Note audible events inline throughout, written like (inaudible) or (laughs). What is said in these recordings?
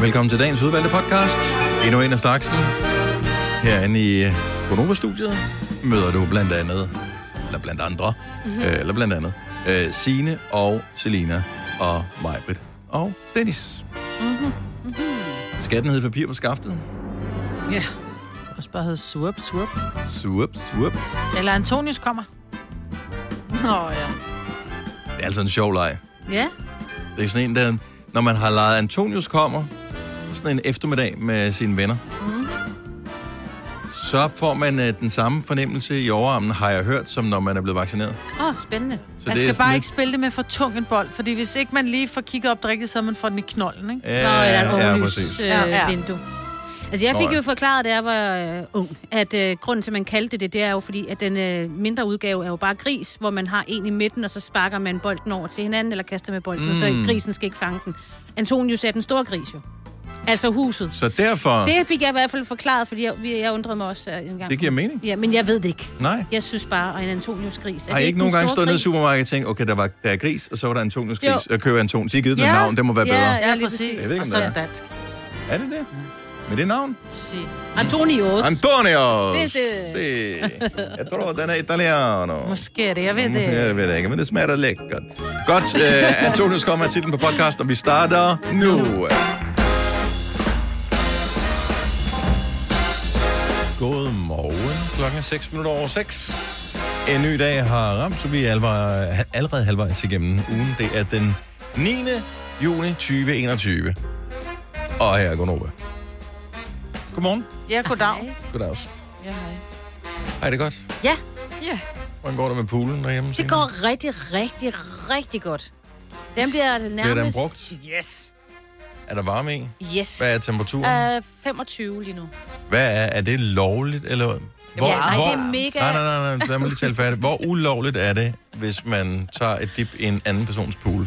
Velkommen til dagens udvalgte podcast. Endnu en af slagsen. Herinde i Gonova-studiet møder du blandt andet, eller blandt andre, mm-hmm. øh, eller blandt andet, øh, Sine og Selina og Majbrit og Dennis. Mm-hmm. Mm-hmm. Skatten hed papir på skaftet. Ja. Og bare hedder Swoop Swoop. Swoop, swoop. Eller Antonius kommer. Nå oh, ja. Det er altså en sjov leg. Ja. Det er sådan en, der, når man har lejet Antonius kommer, sådan en eftermiddag med sine venner, mm. så får man uh, den samme fornemmelse i overarmen, har jeg hørt, som når man er blevet vaccineret. Åh, oh, spændende. Så Så man det er skal sådan bare lidt- ikke spille det med for tung en bold, fordi hvis ikke man lige får kigget op drikket, så man får den i knolden, ikke? Ja, ja, præcis. Øh, Ja, ja. vindue. Altså, jeg Nå, fik ja. jo forklaret, da jeg var øh, ung, at øh, grunden til, at man kaldte det det, det er jo fordi, at den øh, mindre udgave er jo bare gris, hvor man har en i midten, og så sparker man bolden over til hinanden, eller kaster med bolden, mm. og så Mm. grisen skal ikke fange den. Antonius er den store gris jo. Altså huset. Så derfor, det... Det fik jeg i hvert fald forklaret, fordi jeg, vi- jeg undrede mig også øh, en gang. det giver mening. Ja, men jeg ved det ikke. Nej. Jeg synes bare, at en Antonius gris... Er Har I det ikke nogen den gange store stået nede i gris? supermarkedet og tænkt, okay, der, var, der er gris, og så var der Antonius Jo. gris, og køber Antonius. De har givet ja. dem et navn, det må være ja, bedre. Ja, Ja, lige præcis. præcis. Jeg ved ikke, Og om så det er er. det dansk. Er det det? Med det navn? Si. Antonius. øh. Antonios! Sí, sí. Sí. Jeg tror, den er italiano. Måske er det, jeg ved (laughs) det. Jeg ved det ikke, men det smager da lækkert. Godt, uh, Antonius kommer af titlen på podcast, og vi starter nu. God morgen. Klokken er 6 minutter over 6. En ny dag har ramt, så vi er alvej, allerede halvvejs igennem ugen. Det er den 9. juni 2021. Og her er Gunnova. Godmorgen. Ja, goddag. Goddag også. Ja, hej. Hej, det er godt. Ja, Ja. Hvordan går det med poolen derhjemme? det Signe? går rigtig, rigtig, rigtig godt. Den bliver nærmest... Bliver den brugt? Yes. Er der varme i? Yes. Hvad er temperaturen? Uh, 25 lige nu. Hvad er, er det lovligt, eller hvor, Ja, nej, det er mega- Nej, nej, nej, nej, lad mig lige tale færdigt. Hvor ulovligt er det, hvis man tager et dip i en anden persons pool?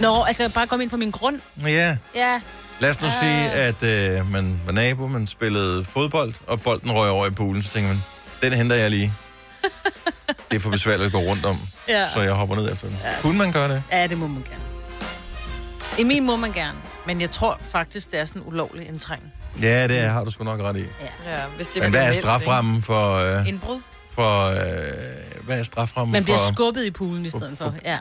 Nå, altså bare kom ind på min grund. Ja, Ja, lad Ah. os nu sige, at øh, man var nabo, man spillede fodbold, og bolden røg over i poolen, så tænker man, den henter (laughs) jeg lige. Det er for besværligt at gå rundt om, Ja. så jeg hopper ned efter den. Kunne man gøre det? ja det må man gerne. I min må man gerne. Men jeg tror faktisk, det er sådan en ulovlig indtrængen. Ja, det har du sgu nok ret i. Ja, hvis det Men hvad er straframmen for... Øh, Indbrud? for øh, hvad er straframmen Man bliver for skubbet i poolen i stedet for. Ja,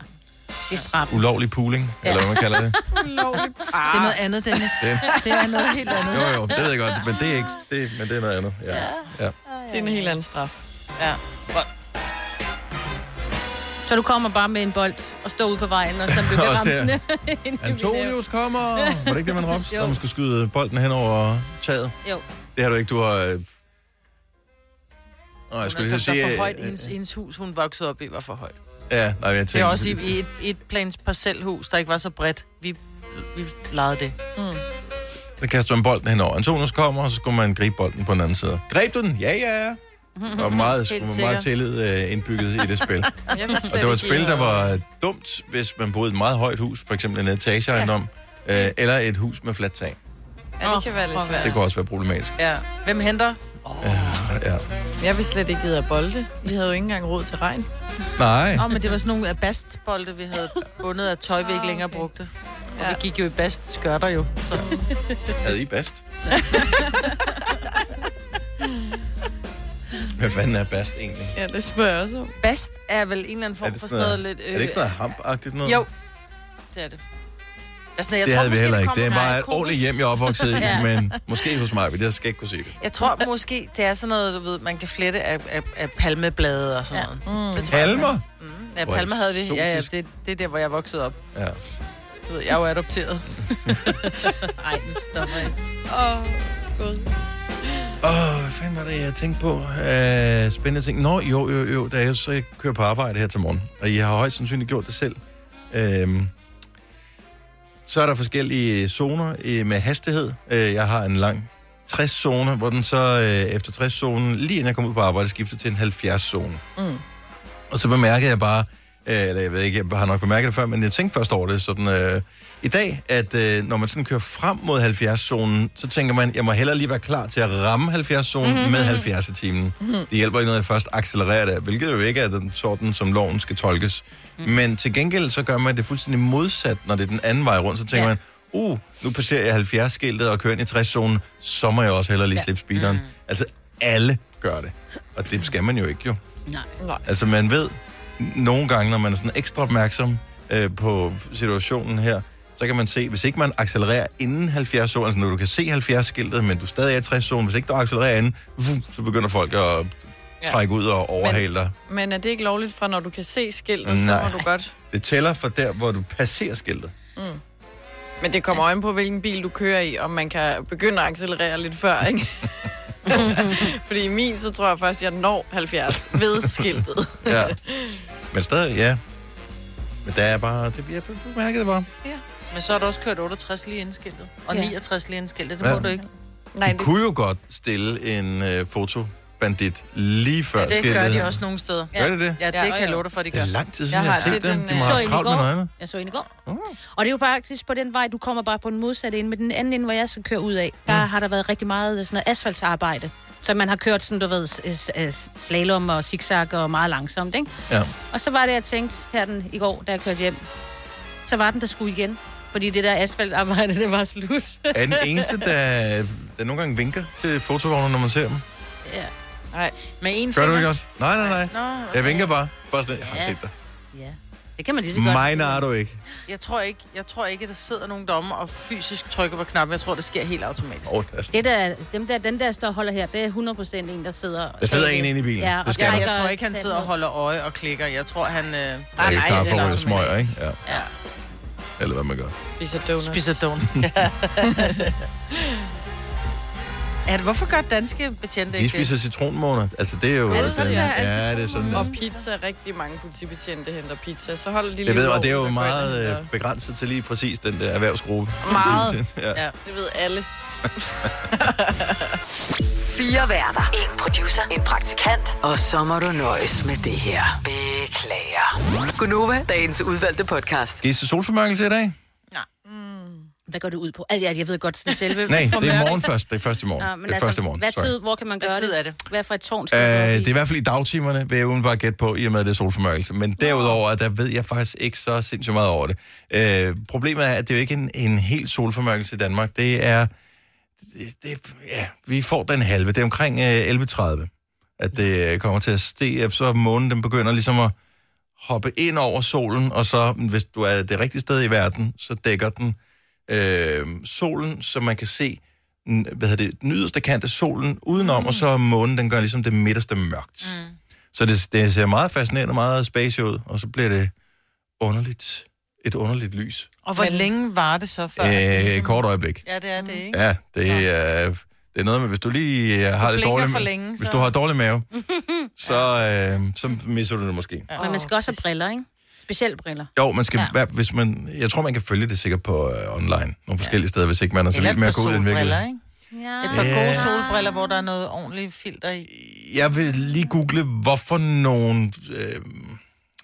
det er straf. ulovlig pooling, ja. eller hvad man kalder det? (laughs) Ulovlig. Ah. Det er noget andet, Dennis. Det- Det er noget helt andet. Jo, jo, det ved jeg godt, men det er ikke, det, men det er noget andet. Ja. ja. Det er en helt anden straf. Ja. Så du kommer bare med en bold og står ude på vejen, og så bliver (laughs) Og (laughs) ser. ramt. Antonius kommer! Var det ikke det, man råbte, Jo. når man skulle skyde bolden hen over taget? Jo. Det har du ikke, du har... Øh... Nå, jeg Hun skulle er lige altså sige... for højt. Øh, Hendes, hendes hus, hun voksede op i, var for højt. ja, nej, jeg Det tænkte... var også i, i et, et plans parcelhus, der ikke var så bredt. Vi, vi legede det. Så kaster man bolden henover. Antonius kommer, og så skulle man gribe bolden på den anden side. Greb du den? Ja, ja, ja. Og meget, skulle man meget tillid øh, indbygget i det (laughs) (laughs) spil. Jeg vil slet Og det var et ikke- spil, der var dumt, hvis man boede i et meget højt hus, for eksempel en etageejendom, ja. øh, eller et hus med fladt tag. Ja, det kan være lidt Åh, svært. Det kunne også være problematisk. Ja. Hvem henter? Ja. Jeg vil slet ikke gide at bolde. Vi havde jo ikke engang råd til regn. Nej. Åh, oh, men det var sådan nogle af bastbolde, vi (laughs) havde bundet af tøj, vi ikke længere brugte. Og vi gik jo i bastskørter jo. (laughs) Havde I bast? Hvad fanden er bast egentlig? Ja, det spørger jeg også om. Bast er vel en eller anden Er form det for sådan sådan noget noget, lidt... øh, er det ikke sådan noget hampagtigt noget? Jo, det er det. Altså, jeg Det tror, havde vi måske, heller ikke. kommer Det fra var et kokos. ordentligt hjem, jeg (laughs) opvoksede i, men måske hos mig, men jeg skal ikke kunne se det. Jeg tror måske, det er sådan noget, du ved, man kan flette af, af, af palmeblade og sådan ja. noget. Mm. Det tror jeg Palmer? faktisk. Mm. Ja, Hvor er palmer havde vi. Ja, ja, eksotisk. det, det er der, hvor jeg voksede op. Ja. Du ved, jeg er jo (laughs) adopteret. Ej, nu stopper jeg. Åh, oh, gud. Åh, hvad fanden var det, jeg tænkte på? Øh, spændende ting. Nå, jo, jo, jo, da jeg så kører på arbejde her til morgen, og I har højst sandsynligt gjort det selv. Øhm, så er der forskellige zoner øh, med hastighed. Øh, jeg har en lang 60-zone, hvor den så øh, efter 60-zonen, lige inden jeg kom ud på arbejde, skifter til en 70-zone. Mm. Og så bemærkede jeg bare, øh, eller jeg ved ikke, jeg har nok bemærket det før, men jeg tænkte først over det sådan øh, i dag, at øh, når man sådan kører frem mod 70-zonen, så tænker man, jeg må hellere lige være klar til at ramme 70-zonen mm-hmm. med 70 i timen. Mm-hmm. Det hjælper ikke noget, at jeg først accelererer det, hvilket jo ikke er den sådan, som loven skal tolkes. Mm. Men til gengæld, så gør man det fuldstændig modsat, når det er den anden vej rundt, så tænker ja. Ja. man, uh, nu passerer jeg 70-skiltet og kører ind i 60-zonen, så må jeg også hellere lige Ja. slippe speederen. Altså, alle gør det. Og det skal man jo ikke, jo. Nej. Nej. Altså, man ved n- nogle gange, når man er sådan ekstra opmærksom øh, på situationen her, så kan man se, hvis ikke man accelererer inden 70-zonen, altså når du kan se 70-skiltet, men du er stadig er i 60-zonen, hvis ikke du accelererer inden, vuh, så begynder folk at Ja. trække ud og overhale dig. Men er det ikke lovligt fra, når du kan se skiltet, så Nej. må du godt. Mm. Det tæller for der, hvor du passerer skiltet. Men det kommer øjen på, hvilken bil du kører i, om man kan begynde at accelerere lidt før, ikke? Fordi i min, så tror jeg først, jeg når 70 ved skiltet. (laughs) Ja. Men stadig, ja. Men der er bare, det bliver bemærket det bare. Men så har du også kørt 68 lige indskiltet, og Ja. 69 lige indskiltet. Det Ja. må du ikke. Nej, Du kunne jo godt stille en øh, fotobandit lige før Ja, det skiltet. gør de også nogle steder. Gør de det? Ja, det Ja, ja, kan og jeg jo. love dig for, at de Det gør. er lang tid Jeg siden, jeg, har har- set det er dem. den, De øh, må så have en i travlt med går. noget andet. Jeg så en i går. Mm. Og det er jo faktisk på den vej, du kommer bare på den modsatte ende, men den anden ende, hvor jeg skal køre ud af, der har der været rigtig meget øh, sådan noget asfaltsarbejde. Så man har kørt sådan, du ved, s- s- s- slalom og zigzag og meget langsomt, ikke? Ja. Og så var det, jeg tænkte her den i går, da jeg kørte hjem, så var den der skulle igen. Fordi det der asfaltarbejde, (laughs) det var slut. Er den eneste, der, der nogle gange vinker til fotovognene, når man ser dem? Nej, Med en Gør finger. du ikke også? Nej, nej, nej. Nå, okay. Jeg vinker bare. Bare sådan, jeg har Ja. set dig. ja, det kan man lige så godt. Mine er du ikke. Jeg tror ikke, jeg tror ikke, at der sidder nogen dommer og fysisk trykker på knappen. Jeg tror, det sker helt automatisk. Åh, der, er- Det der, dem der, den der står og holder her, det er 100% en, der sidder... der sidder en inde i bilen. Ja, Det og skal Ja, der. jeg Trykker tror ikke, han tanden sidder og ud. holder øje og klikker. Jeg tror, han øh, Jeg er nej, snart det for er ryger smøger, ikke? Ja. Ja. Eller hvad man gør. spiser donuts. spiser donuts. (laughs) ja. Hvorfor gør danske betjente De ikke det? spiser citronmåner. Altså, det er jo... Er det sådan, den- der er Ja, det er sådan, der. Og pizza. Rigtig mange politibetjente henter pizza. Så holder de lige Jeg ved, lov, og det er jo der går ind og meget øh, henter. begrænset til lige præcis den der erhvervsgruppe. Meget. (laughs) ja. Ja. Det ved alle. (laughs) Fire værter. En producer. En praktikant. Og så må du nøjes med det her. Beklager. Gunova, dagens udvalgte podcast. Skal I se solformørkelse i dag? Hvad går det ud på? Altså, jeg, jeg ved godt sådan selve... Nej, det er formørkelsen. morgen først. Det er første morgen. Nå, Ja, men det er altså, første morgen. Hvad sorry. tid, hvor kan man gøre Hvad tid det? er det? Hvad for et tårn skal man Øh, øh, det er i hvert fald i dagtimerne, vil jeg uden bare gætte på, i og med at det er solformørkelse. Men derudover, der ved jeg faktisk ikke så sindssygt meget over det. Øh, problemet er, at det er jo ikke en, en helt solformørkelse i Danmark. Det er... Det, det, ja, vi får den halve. Det er omkring øh, 11.30, at det øh, kommer til at stige. Så månen den begynder ligesom at hoppe ind over solen, og så, hvis du er det rigtige sted i verden, så dækker den øh, solen, så man kan se n- hvad hedder det, den yderste kant af solen udenom, mm. og så månen, den gør ligesom det midterste mørkt. Mm. Så det, det ser meget fascinerende, meget space ud, og så bliver det underligt, et underligt lys. Og hvor Men- længe var det så før? at det Øh, ligesom- kort øjeblik. Ja, det er det, ikke? Ja, det er, det er noget med, hvis du lige øh, har det blinker dårligt, for længe, hvis så- Mm. du har dårlig mave, så, øh, så misser du det måske. gøre? (laughs) Men man skal også have briller, ikke? Specielt briller. Jo, man skal, Ja. ja. hvis man, jeg tror, man kan følge det sikkert på øh, online, nogle forskellige steder, hvis ikke man er så Eller vild et med par at gå ud i den solbriller, virkelighed. ikke? Ja. Et par gode Ja. solbriller, hvor der er noget ordentligt filter i. Jeg vil lige google, hvorfor nogle, øh,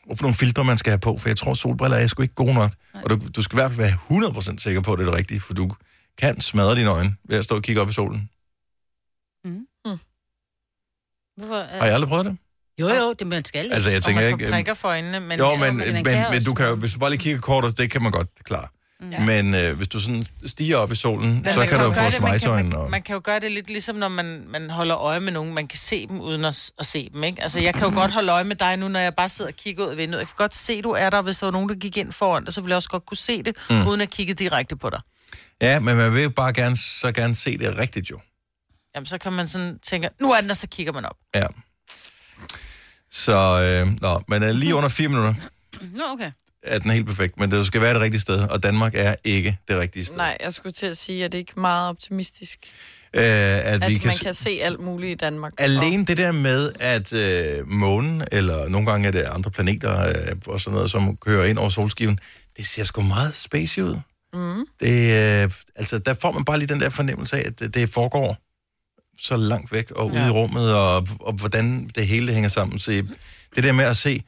hvorfor nogle filtre man skal have på, for jeg tror, solbriller er sgu ikke gode nok. Og du, du skal i hvert fald være 100% sikker på, at det er det rigtige, for du kan smadre dine øjne ved at stå og kigge op i solen. Hm. Hvorfor, Har øh, jeg aldrig prøvet det? jo, jo, det man skal. Altså, jeg Og tænker man ikke... får øh, prikker for øjnene, men... Jo, men men, øh, man men, kan men også. du kan, jo- hvis du bare lige kigger kort, det kan man godt klare. Ja. Men øh, hvis du sådan stiger op i solen, Mm. Men så man kan du jo jo gøre få det- man kan- svejsøjne. Man, Og... man kan jo gøre det lidt ligesom, når man, man holder øje med nogen. Man kan se dem uden at, s- at se dem, ikke? Altså, jeg kan jo godt holde øje med dig nu, når jeg bare sidder og kigger ud af vinduet. Jeg kan godt se, du er der. Hvis der var nogen, der gik ind foran dig, så ville jeg også godt kunne se det, mm. uden at kigge direkte på dig. Ja, men man vil jo bare gerne, så gerne se det rigtigt jo. Jamen, så kan man sådan tænke, nu er den, og så kigger man op. Ja. Så, øh, nå, men øh, lige under fire minutter Nå, okay. er den helt perfekt, men det skal være det rigtige sted, og Danmark er ikke det rigtige sted. Nej, jeg skulle til at sige, at det er ikke meget optimistisk, Øh, at, at vi man kan, kan... se alt muligt i Danmark. Alene det der med, at øh, månen, eller nogle gange er det andre planeter øh, og sådan noget, som kører ind over solskiven, det ser sgu meget spacey ud. Mm. Det, øh, altså, der får man bare lige den der fornemmelse af, at det, det foregår så langt væk og ude ja. i rummet, og, og hvordan det hele det hænger sammen. Så det der med at se,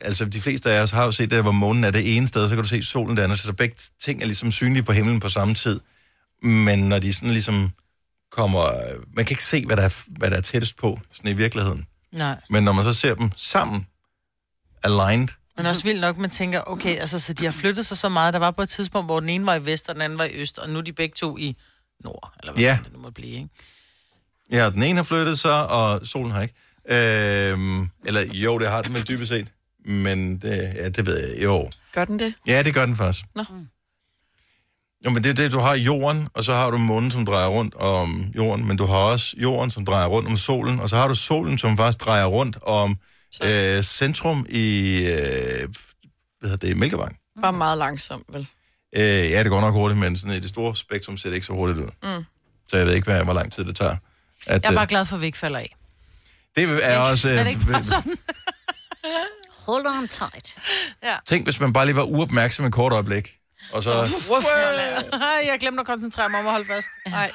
altså de fleste af os har jo set det, hvor månen er det ene sted, så kan du se solen det andet, så begge ting er ligesom synlige på himlen på samme tid. Men når de sådan ligesom kommer... Man kan ikke se, hvad der er, hvad der er tættest på sådan i virkeligheden. Nej. Men når man så ser dem sammen, aligned, Men også vildt nok, man tænker, okay, altså, så de har flyttet sig så meget. Der var på et tidspunkt, hvor den ene var i vest, og den anden var i øst, og nu er de begge to i nord, eller hvad Ja. det nu må blive, ikke? Ja, den ene har flyttet sig, og solen har ikke. Øhm, eller jo, det har den vel dybest set. Men det, ja, det ved jeg. Jo. Gør den det? Ja, det gør den faktisk. Nå. Jo, men det er det, du har jorden, og så har du månen, som drejer rundt om jorden, men du har også jorden, som drejer rundt om solen, og så har du solen, som faktisk drejer rundt om øh, centrum i, øh, hvad hedder det, Mælkevejen. Bare meget langsom, vel? Øh, ja, det går nok hurtigt, men sådan i det store spektrum ser det ikke så hurtigt ud. Mm. Så jeg ved ikke, hvad, hvor lang tid det tager. At, Jeg er øh, bare glad for, at vi ikke falder af. det er også... er det ikke bare Øh, (laughs) sådan? Hold on tight. (laughs) Ja. tænk, hvis man bare lige var uopmærksom et kort øjeblik. Og så... Uff, jeg glemte at koncentrere mig om at holde fast. Nej.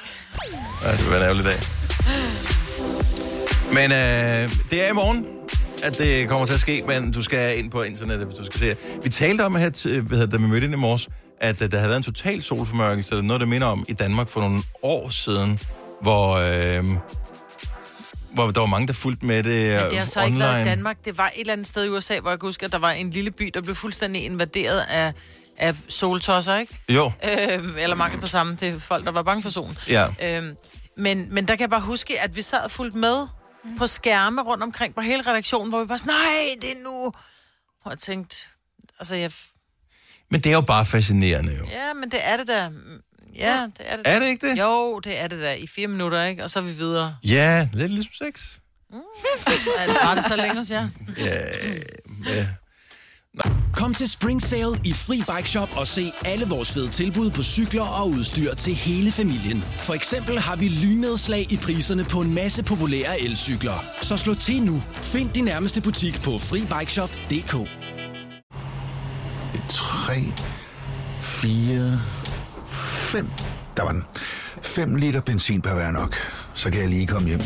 Ja, det var en ærgerlig dag. Men øh, det er i morgen, at det kommer til at ske, men du skal ind på internettet, hvis du skal se det. Vi talte om, at, øh, hvad hedder det, da vi mødte ind i morges, at øh, der havde været en total solformørkelse, eller noget, der minder om, i Danmark for nogle år siden, hvor, øh, hvor der var mange, der fulgte med det, Men det har så online. ikke været i Danmark. Det var et eller andet sted i USA, hvor jeg kan huske, at der var en lille by, der blev fuldstændig invaderet af, af soltosser, ikke? Jo. Øh, eller mangel på samme. Det er folk, der var bange for solen. Ja. Øh, men, men der kan jeg bare huske, at vi sad fuldt med på skærme rundt omkring på hele redaktionen, hvor vi bare sådan, nej, det er nu. Og jeg tænkte, altså, jeg, Men det er jo bare fascinerende, jo. ja, men det er det der. Ja, det er det Er det ikke det? Jo, det er det der. I fire minutter, ikke? Og så er vi (laughs) videre. Ja, lidt ligesom sex. Er det, var det så længe hos jer? Kom til Spring Sale i Fri Bike Shop og se alle vores fede tilbud på cykler og udstyr til hele familien. For eksempel har vi lynedslag i priserne på en masse populære elcykler. Så slå til nu. Find din nærmeste butik på FriBikeShop.dk 3, 4, 5. Der var den. 5 liter benzin per hver nok. Så kan jeg lige komme hjem.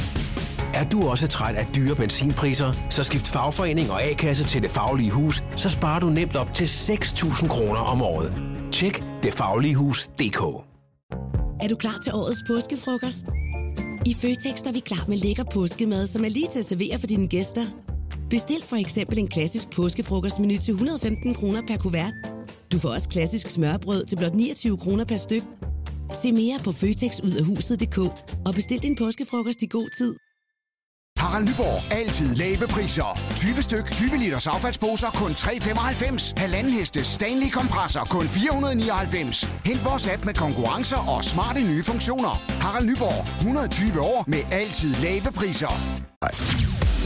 Er du også træt af dyre benzinpriser, så skift fagforening og A-kasse til Det Faglige Hus, så sparer du nemt op til 6.000 kroner om året. Tjek detfagligehus.dk Er du klar til årets påskefrokost? I Føtex er vi klar med lækker påskemad, som er lige til at servere for dine gæster. Bestil for eksempel en klassisk påskefrokostmenu til 115 kroner per kuvert. Du får også klassisk smørbrød til blot 29 kroner per styk. Se mere på føtexudafhuset.dk og bestil din påskefrokost i god tid. Harald Nyborg. Altid lave priser. 20 styk, 20 liters affaldsposer kun 3,95. Halvanden heste Stanley kompresser kun 499. Hent vores app med konkurrencer og smarte nye funktioner. Harald Nyborg. 120 år med altid lave priser.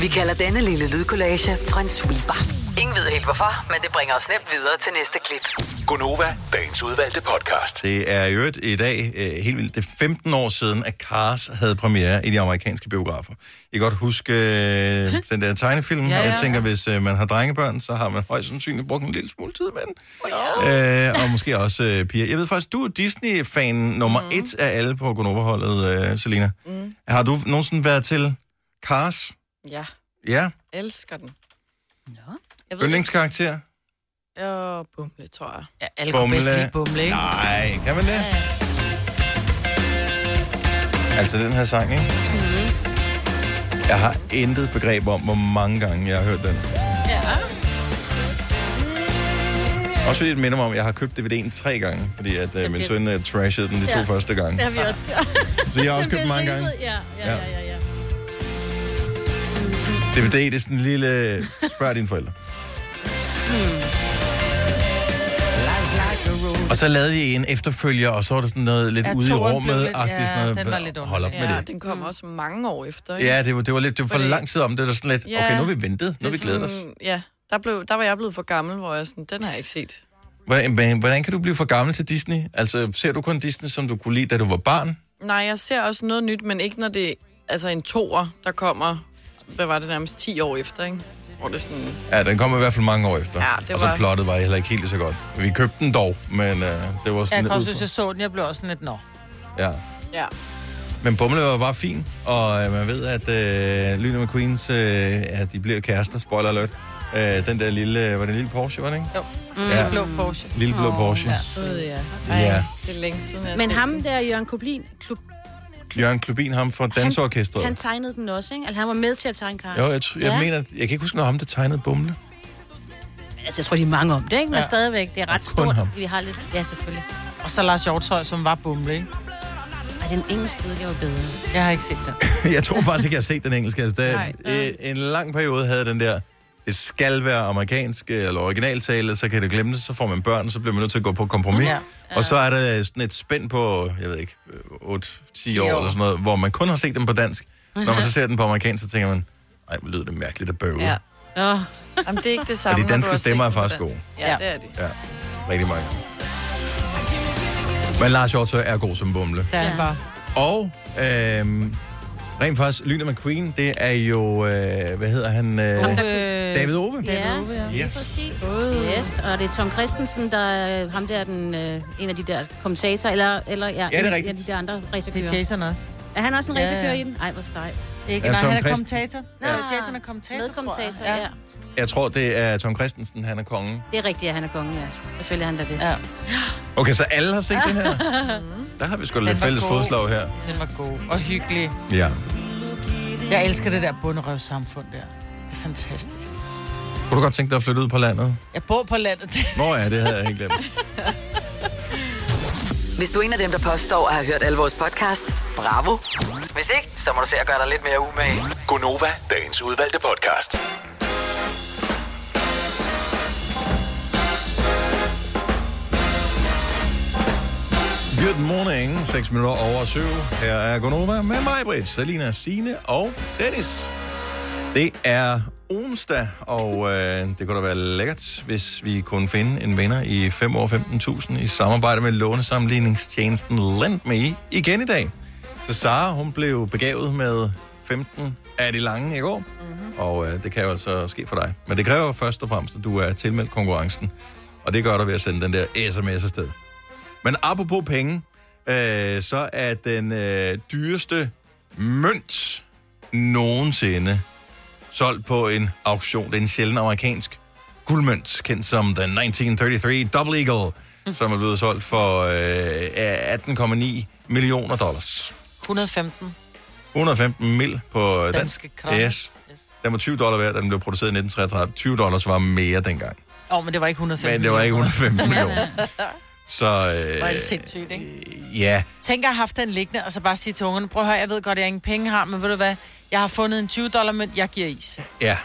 Vi kalder denne lille lydkollage en sweeper. Ingen ved helt hvorfor, men det bringer os nemt videre til næste klip. Gunova, dagens udvalgte podcast. Det er i øvrigt i dag øh, helt vildt. Det er 15 år siden, at Cars havde premiere i de amerikanske biografer. I kan godt huske øh, den der tegnefilm, ja, Ja, ja, og jeg ja, tænker, ja. hvis øh, man har drengebørn, så har man højst sandsynligt brugt en lille smule tid med den. Oh, ja. øh, og måske også øh, piger. Jeg ved faktisk, du er Disney-fan nummer mm. et af alle på Gunova-holdet, øh, Selina. Mm. Har du nogensinde været til Cars? Ja, Ja. elsker den. Nå. Jeg ved ikke. Yndlingskarakter? Åh, bumle, tror jeg. Ja, alle kunne bedst lide bumle, ikke? Nej, kan man det? Altså den her sang, ikke? Jeg har intet begreb om, hvor mange gange jeg har hørt den. Ja. Også fordi det minder mig om, at jeg har købt DVD'en tre gange, fordi at uh, min søn uh, trashede den de to Ja. første gange. Det har vi også (laughs) gjort. Så jeg har også Den købt den mange bliver gange. ridset. Ja, ja, ja, ja. ja. DVD, det er sådan en lille... Spørg dine forældre. Og så lavede I en efterfølger, og så var der sådan noget lidt Ja, ude i toeren blev rummet. lidt- agtigt sådan ja, noget. den var lidt Mm. Hold op med ja, det. den kom også mange år efter. ikke? Ja, det var, det var lidt det var for Fordi- lang tid om det. Der sådan lidt, Ja. okay, nu har vi ventet, nu har vi Det er glædet os. sådan- Ja, der, blev, der var jeg blevet for gammel, hvor jeg sådan, den har jeg ikke set. Hvordan, men hvordan kan du blive for gammel til Disney? Altså, ser du kun Disney, som du kunne lide, da du var barn? Nej, jeg ser også noget nyt, men ikke når det altså en toer, der kommer, hvad var det nærmest, 10 år efter, ikke? Hvor det er sådan, Ja, den kom i hvert fald mange år efter. Ja, det og så var- plottet var heller ikke helt lige så godt. Vi købte den dog, men øh, det var Jeg sådan kan også lidt synes, ud jeg så den, jeg blev også sådan lidt, nå. fra- ja. Ja. Men Bumle var bare fin, og øh, man ved, at øh, Lyne McQueens, øh, ja, de bliver kærester, spoiler alert. Øh, den der lille, var det en lille Porsche, var det ikke? Jo. Mm. Ja. Blå Porsche. Lille blå Porsche. Ja. Sød, ja. Ja. Det er længe siden, jeg har Men set ham den. der, Jørgen Koblin, klub, Jørgen Klubin, ham fra Danseorkestret. han tegnede den også, ikke? Altså, han var med til at tegne Cars. Jo, jeg, tr- jeg ja. mener, at- jeg kan ikke huske noget om, der tegnede Bumle. Altså, jeg tror, de er mange om det, ikke? Men Ja. ja. stadigvæk, det er ret Og kun stort. ham. Vi har lidt... Ja, selvfølgelig. Og så Lars Hjortøj, som var bumle, ikke? Ej, den engelske udgave er bedre. Jeg har ikke set den. (laughs) jeg tror faktisk ikke, jeg har set den engelske. Altså, der, Nej. øh, en lang periode havde den der, det skal være amerikansk øh, eller originaltale, så kan det glemme det, så får man børn, så bliver man nødt til at gå på kompromis. Ja. Ja. Og så er der øh, sådan et spænd på, jeg ved ikke, 8-10 år, år. år eller sådan noget, hvor man kun har set dem på dansk. Når man så ser den på amerikansk, så tænker man, ej, hvor lyder det mærkeligt at bøve. Ja. Ja. Oh. Jamen, det er ikke det Og samme. de når du danske har set stemmer er den på faktisk dansk. gode. Ja, det er de. Ja, rigtig mange. Men Lars Hjortøj er god som bumle. Der ja. var. Og øhm, rent faktisk, Lyne McQueen, det er jo, øh, hvad hedder han? Øh, David Ove. Ja, Ove, ja. Yes. Præcis. yes. Og det er Tom Christensen, der er ham der, er den, øh, en af de der kommentatorer, eller, eller ja, det er en af- rigtigt. en af de der andre racerkører. Det er Jason også. Er han også en Ja, ja, ja. racerkører i den? Ej, hvor sejt. Ikke, Ja, nej, Tom han er Christ- kommentator. Ja. Nej, Jason er kommentator, Medkommentator, tror jeg. ja. Jeg tror, det er Tom Christensen, han er kongen. Det er rigtigt, at han er kongen, ja. Selvfølgelig er han da det. Ja. Mhm. Okay, så alle har set den her? (laughs) Der har vi sgu da lidt Den var fælles god. fodslag her. Den var god og hyggelig. Ja. Jeg elsker det der bunderøvssamfund der. Det er fantastisk. Kunne du godt tænke dig at flytte ud på landet? Jeg bor på landet. Nå ja, det havde jeg helt glemt. Hvis du er en af dem, der påstår at have hørt alle vores podcasts, bravo. Hvis ikke, så må du se at gøre dig lidt mere umage. Gonova, dagens udvalgte podcast. Good morning, 6 minutter over 7. Her er Gonova med mig, Britt, Salina, Sine og Dennis. Det er onsdag, og øh, det kunne da være lækkert, hvis vi kunne finde en vinder i 5 år 15.000 i samarbejde med lånesamligningstjenesten LendMe igen i dag. Så Sara, hun blev begavet med 15 af de lange i går, mm-hmm. og øh, det kan jo altså ske for dig. Men det kræver først og fremmest, at du er tilmeldt konkurrencen, og det gør du ved at sende den der sms afsted. Men apropos penge, øh, så er den øh, dyreste mønt nogensinde solgt på en auktion. Det er en sjælden amerikansk guldmønt, kendt som The 1933 (laughs) Double Eagle, som er blevet solgt for øh, 18,9 millioner dollars. 115. 115 mil på øh, dansk. Danske kroner. Yes. Den var 20 dollar værd, da den blev produceret i 1933. 20 dollars var mere dengang. Åh, oh, men det var ikke 115. Men det var ikke (laughs) 115 millioner. Så Det var helt øh, sindssygt, ikke? ja, Tænk at have haft den liggende, og så bare sige til ungerne, prøv at høre, jeg ved godt, at jeg ingen penge har, men ved du hvad, jeg har fundet en 20 dollar mønt, jeg giver is. ja.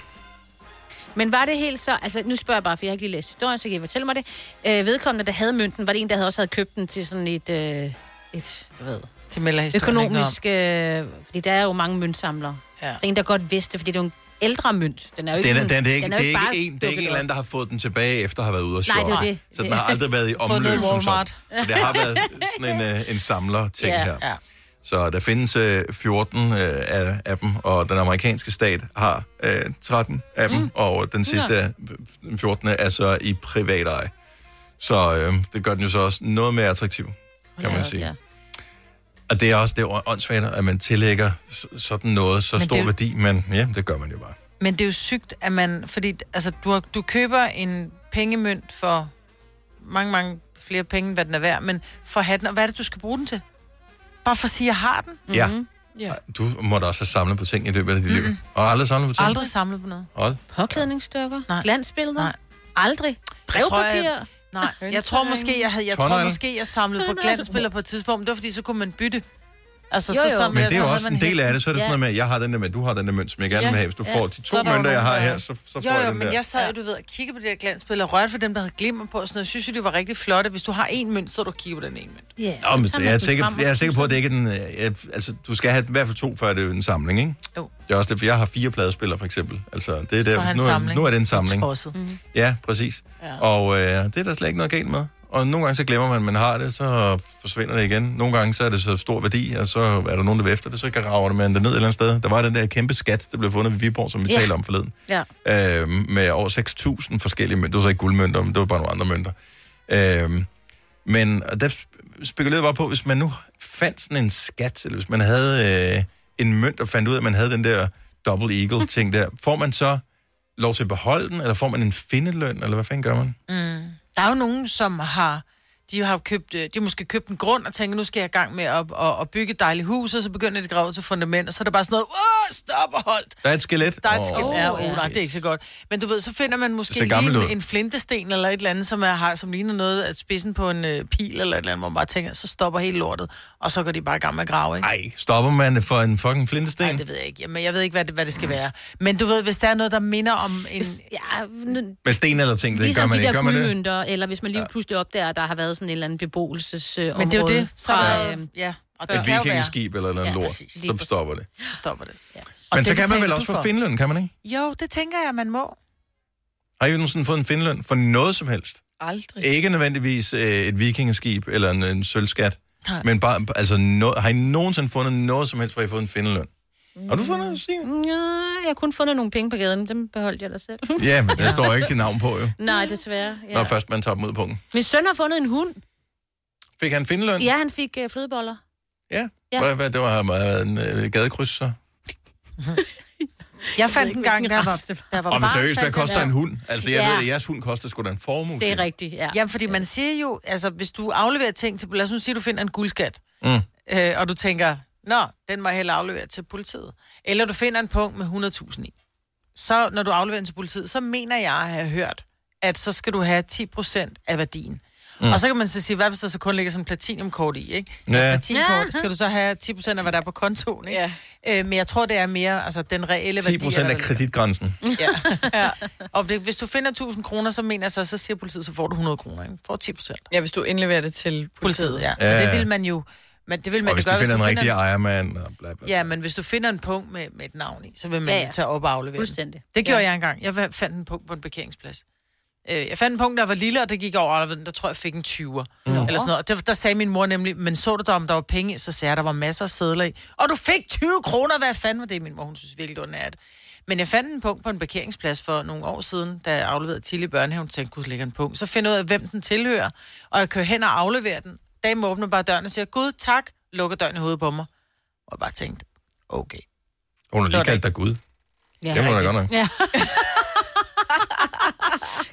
Men var det helt så... Altså, nu spørger jeg bare, for jeg har ikke lige læst historien, så kan I fortælle mig det. Øh, vedkommende, der havde mønten, var det en, der havde også havde købt den til sådan et... Øh, et du ved, Det melder historien ikke noget om. økonomisk... Øh, fordi der er jo mange møntsamlere. Ja. Så en, der godt vidste, fordi det er jo en ældre mønt. Den er jo ikke, Den er, sådan- den, det er ikke, jo det er ikke, bare en, det er ikke en dukket eller anden, der har fået den tilbage, efter at have været ude og Nej, shoppe. det er det. Så den har Det- aldrig været i (laughs) Fundet omløb som sådan. Walmart. Så det har (laughs) været sådan en, øh, en samler-ting Ja, her. ja. Så der findes øh, 14 øh, af, af dem, og den amerikanske stat har øh, 13 af dem, mm. og den sidste, den 14. er så i privat eje. Så øh, det gør den jo så også noget mere attraktiv, kan man sige. Og det er også det er åndssvagt, at man tillægger s- sådan noget så Men stor det er jo- værdi, men ja, det gør man jo bare. Men det er jo sygt, at man... Fordi altså, du, har, du køber en pengemønt for mange, mange flere penge, end hvad den er værd, men for at have den, og hvad er det, du skal bruge den til? Bare for at sige, at jeg har den? Mhm. Ja. ja. Du må da også have samlet på ting i løbet af dit liv. Og aldrig samlet på ting? Aldrig samlet på noget. Hold. Påklædningsstykker? Nej. Glansbilleder? Nej. Aldrig? Jeg tror, Brevpapir? jeg- Nej, jeg tror måske, jeg, havde, jeg, tror, Tånegle? måske, jeg samlede på Tånegle. glansbilleder på et tidspunkt. men Det var, fordi så kunne man bytte. Altså, Jo, jo. Så samlede Men jeg- det er så jo havde også man en del af hesten. det, så er det sådan noget med, at jeg har den der mønt, du har den der mønt, som jeg gerne Ja. vil have. Hvis du Ja. får de Så to er der jo mønter, jeg nogen, har der- her, så, så får jo, jo, jeg den men der. jeg sad jo, du ved, og kiggede på de der glansbilleder, rørte for dem, der havde glimmer på, og sådan noget. synes jeg, de var rigtig flotte. Hvis du har én mønt, så er du kigge på den ene mønt. Ja, Nå, men jeg, er sikker, jeg er sikker på, at det ikke er den... øh, Jeg, altså, du skal have i hvert fald to, før det er en samling, ikke? Jo. Det er også det, for jeg har fire pladespillere, for eksempel. Altså, det er Og der, hans nu, er, samling. nu er det en samling. Tosset. Mhm. Ja, præcis. Ja. Ja. Og øh, det er der slet ikke noget galt med. Og nogle gange så glemmer man, at man har det, så forsvinder det igen. Nogle gange så er det så stor værdi, og så er der nogen, der vil efter det, så graver det man det ned et eller andet sted. Der var den der kæmpe skat, der blev fundet ved Viborg, som vi Ja. talte om forleden. Ja. Øh, med over 6.000 forskellige mønter. Det var så ikke guldmønter, men det var bare nogle andre mønter. Øh, men og der sp- spekulerede jeg bare på, hvis man nu fandt sådan en skat, eller hvis man havde øh, en mønt, og fandt ud af, at man havde den der double eagle-ting der, får man så lov til at beholde den, eller får man en findeløn, eller hvad fanden gør man? Mm. Der er jo nogen, som har de har købt, øh, de har måske købt en grund og tænker, nu skal jeg i gang med at, at, at bygge et dejligt hus, og så begynder de at grave til fundament, og så er der bare sådan noget, åh, stop og hold. Der er et skelet. Der er et skelet. Åh, Oh, ja, oh, nej, ja. det er ikke så godt. Men du ved, så finder man Det ser måske gammelt lige ud. en, en flintesten eller et eller andet, som, er, har, som ligner noget at spidsen på en øh, pil eller et eller andet, hvor man bare tænker, så stopper hele lortet, og så går de bare i gang med at grave, ikke? Ej, Stopper man for en fucking flintesten? Nej, det ved jeg ikke. Jamen, jeg ved ikke, hvad det, hvad det skal være. Men du ved, hvis der er noget, der minder om en... Ja, n- Med sten eller ting, det ligesom gør man de ikke. der Gør man det? guldmønter, eller hvis man lige pludselig opdager, at der har været sådan et eller øh, andet beboelsesområde. Men det er jo det, så er der- ja. Og Et vikingeskib eller noget Ja, ja, lort, præcis. Lige så stopper det. Så stopper det. Ja. Men så kan man vel også få finløn, kan man ikke? Jo, det tænker jeg, man må. Har I nogensinde fået en finløn for noget som helst? Aldrig. Ikke nødvendigvis øh, et vikingeskib eller en, en sølvskat, Nej. men bare, altså, no, har I nogensinde fundet noget som helst, hvor I har fået en finløn? Har du fundet noget, Signe? Nej, jeg har kun fundet nogle penge på gaden. Dem beholdt jeg da selv. Ja, men der står ikke dit navn på, jo. Nej, desværre. Ja. Når først man tager dem ud på den. Min søn har fundet en hund. Fik han finløn? Ja, han fik øh, flødeboller. Ja. Ja. Hvad, hvad, det var øh, en øh, gadekryds, så? Jeg fandt en gang, der var, der var Og men barn, seriøst, hvad fandt jeg- koster en hund? Altså, jeg Ja. ved, at jeres hund koster sgu da en formue. Det er rigtigt, ja. Jamen, fordi man siger jo, altså, hvis du afleverer ting til... Lad os nu sige, du finder en guldskat, Mm. øh, og du tænker, nå, den må jeg hellere aflevere til politiet. Eller du finder en punkt med 100.000 i. Så når du afleverer den til politiet, så mener jeg at have hørt, at så skal du have 10% af værdien. Mm. Mm. Og så kan man så sige, hvad hvis der så kun ligger sådan en platinumkort i, ikke? Ja. Ja. Platinumkort, skal du så have 10% af, hvad der er på kontoen, ikke? Ja. Øh, men jeg tror, det er mere, altså den reelle værdi. 10 procent er af der- kreditgrænsen. Ja. (laughs) ja. Og det, hvis du finder 1000 kroner, så mener jeg så, så siger politiet, så får du 100 kroner. Ikke? Får 10 procent. Ja, hvis du indleverer det til politiet. politiet ja. Ja, ja. Og ja. det vil man jo... Men det vil man Og hvis jo de gøre, finder du en rigtig ejermand, og bla, bla. Ja, men hvis du finder en punkt med, med et navn i, så vil man Ja, ja, ja. ja. tage op og aflevere den. Fuldstændig. Det gjorde Ja. ja. jeg engang. Jeg va- fandt en punkt på en parkeringsplads. Øh, Jeg fandt en punkt, der var lille, og det gik over, og der tror jeg, jeg fik en 20'er. Nå. Eller sådan noget. Og Der, der sagde min mor nemlig, men så du da, om der var penge? i?" Så sagde jeg, der var masser af sædler i. Og du fik 20 kroner, hvad fanden var det? Min mor, hun synes virkelig, det var nært. Men jeg fandt en punkt på en parkeringsplads for nogle år siden, da jeg afleverede Tilly i børnehaven, tænkte, gud, der ligger en punkt. Så finder jeg ud af, hvem den tilhører, og jeg kører hen og afleverer den. Damen åbner bare døren og siger, gud, tak, lukker døren i hovedet på mig. Og jeg bare tænkte, okay. Hun har lige Sådan. kaldt dig Gud. Det må du da godt nok. (laughs)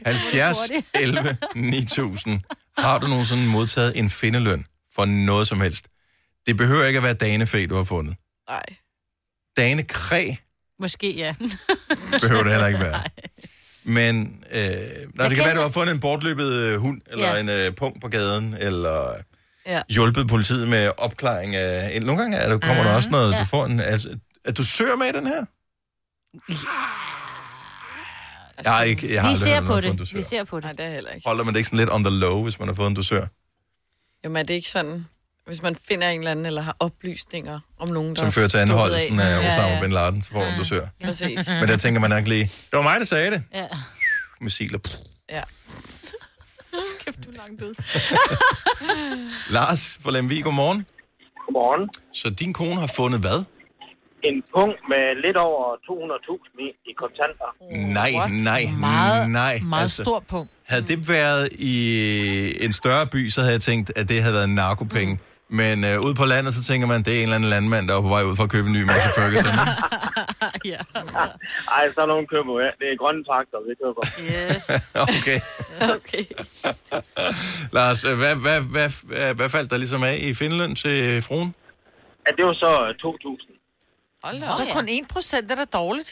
Ja. 70, 11, 9000. Har du nogensinde modtaget en findeløn for noget som helst? Det behøver ikke at være danefæ, du har fundet. Nej. Danekræ Måske, ja. behøver det heller ikke (laughs) være. Men øh, nej, det kan kender- være, du har fundet en bortløbet øh, hund, eller Ja. ja. en øh, punkt på gaden, eller (laughs) Ja. hjulpet politiet med opklaring af... Nogle gange er der, kommer der også noget, ja. Ah, Ja. du får en... Altså, at du søger med i den her? Jeg har ikke... Jeg har Altså, Vi ser aldrig hørt om på noget, du det. søger. Vi ser på det. Nej, det er heller ikke. Holder man det ikke sådan lidt on the low, hvis man har fået en dusør? Jamen er det ikke sådan, hvis man finder en eller anden, eller har oplysninger om nogen, der Som er fører til stukket anholdelsen af Osama ja, ja. Bin Laden, så får man en dusør. Præcis. Men der tænker man ikke lige, det var mig, der sagde det. Ja. Missiler. Ja. Kæft, du er langt ud. Lars fra Lemvig, godmorgen. Godmorgen. Så din kone har fundet hvad? En punkt med lidt over 200.000 i, i kontanter. Nej, What? nej, Meget- nej. Altså, meget stor (laughs) punkt. Havde det været i en større by, så havde jeg tænkt, at det havde været narkopenge. Mm. Men øh, ude på landet, så tænker man, det er en eller anden landmand, der er på vej ud for at købe en ny masse Ferguson. ikke? (laughs) (laughs) Ej, så er nogen køber ja. Det er grønne traktor, vi køber. Yes. okay. okay. Lars, øh, hvad, hvad, hvad, hvad, hvad faldt der ligesom af i Finland til øh, fruen? Ja, det var så øh, 2.000. Hold da, det er kun 1 procent, det er da dårligt.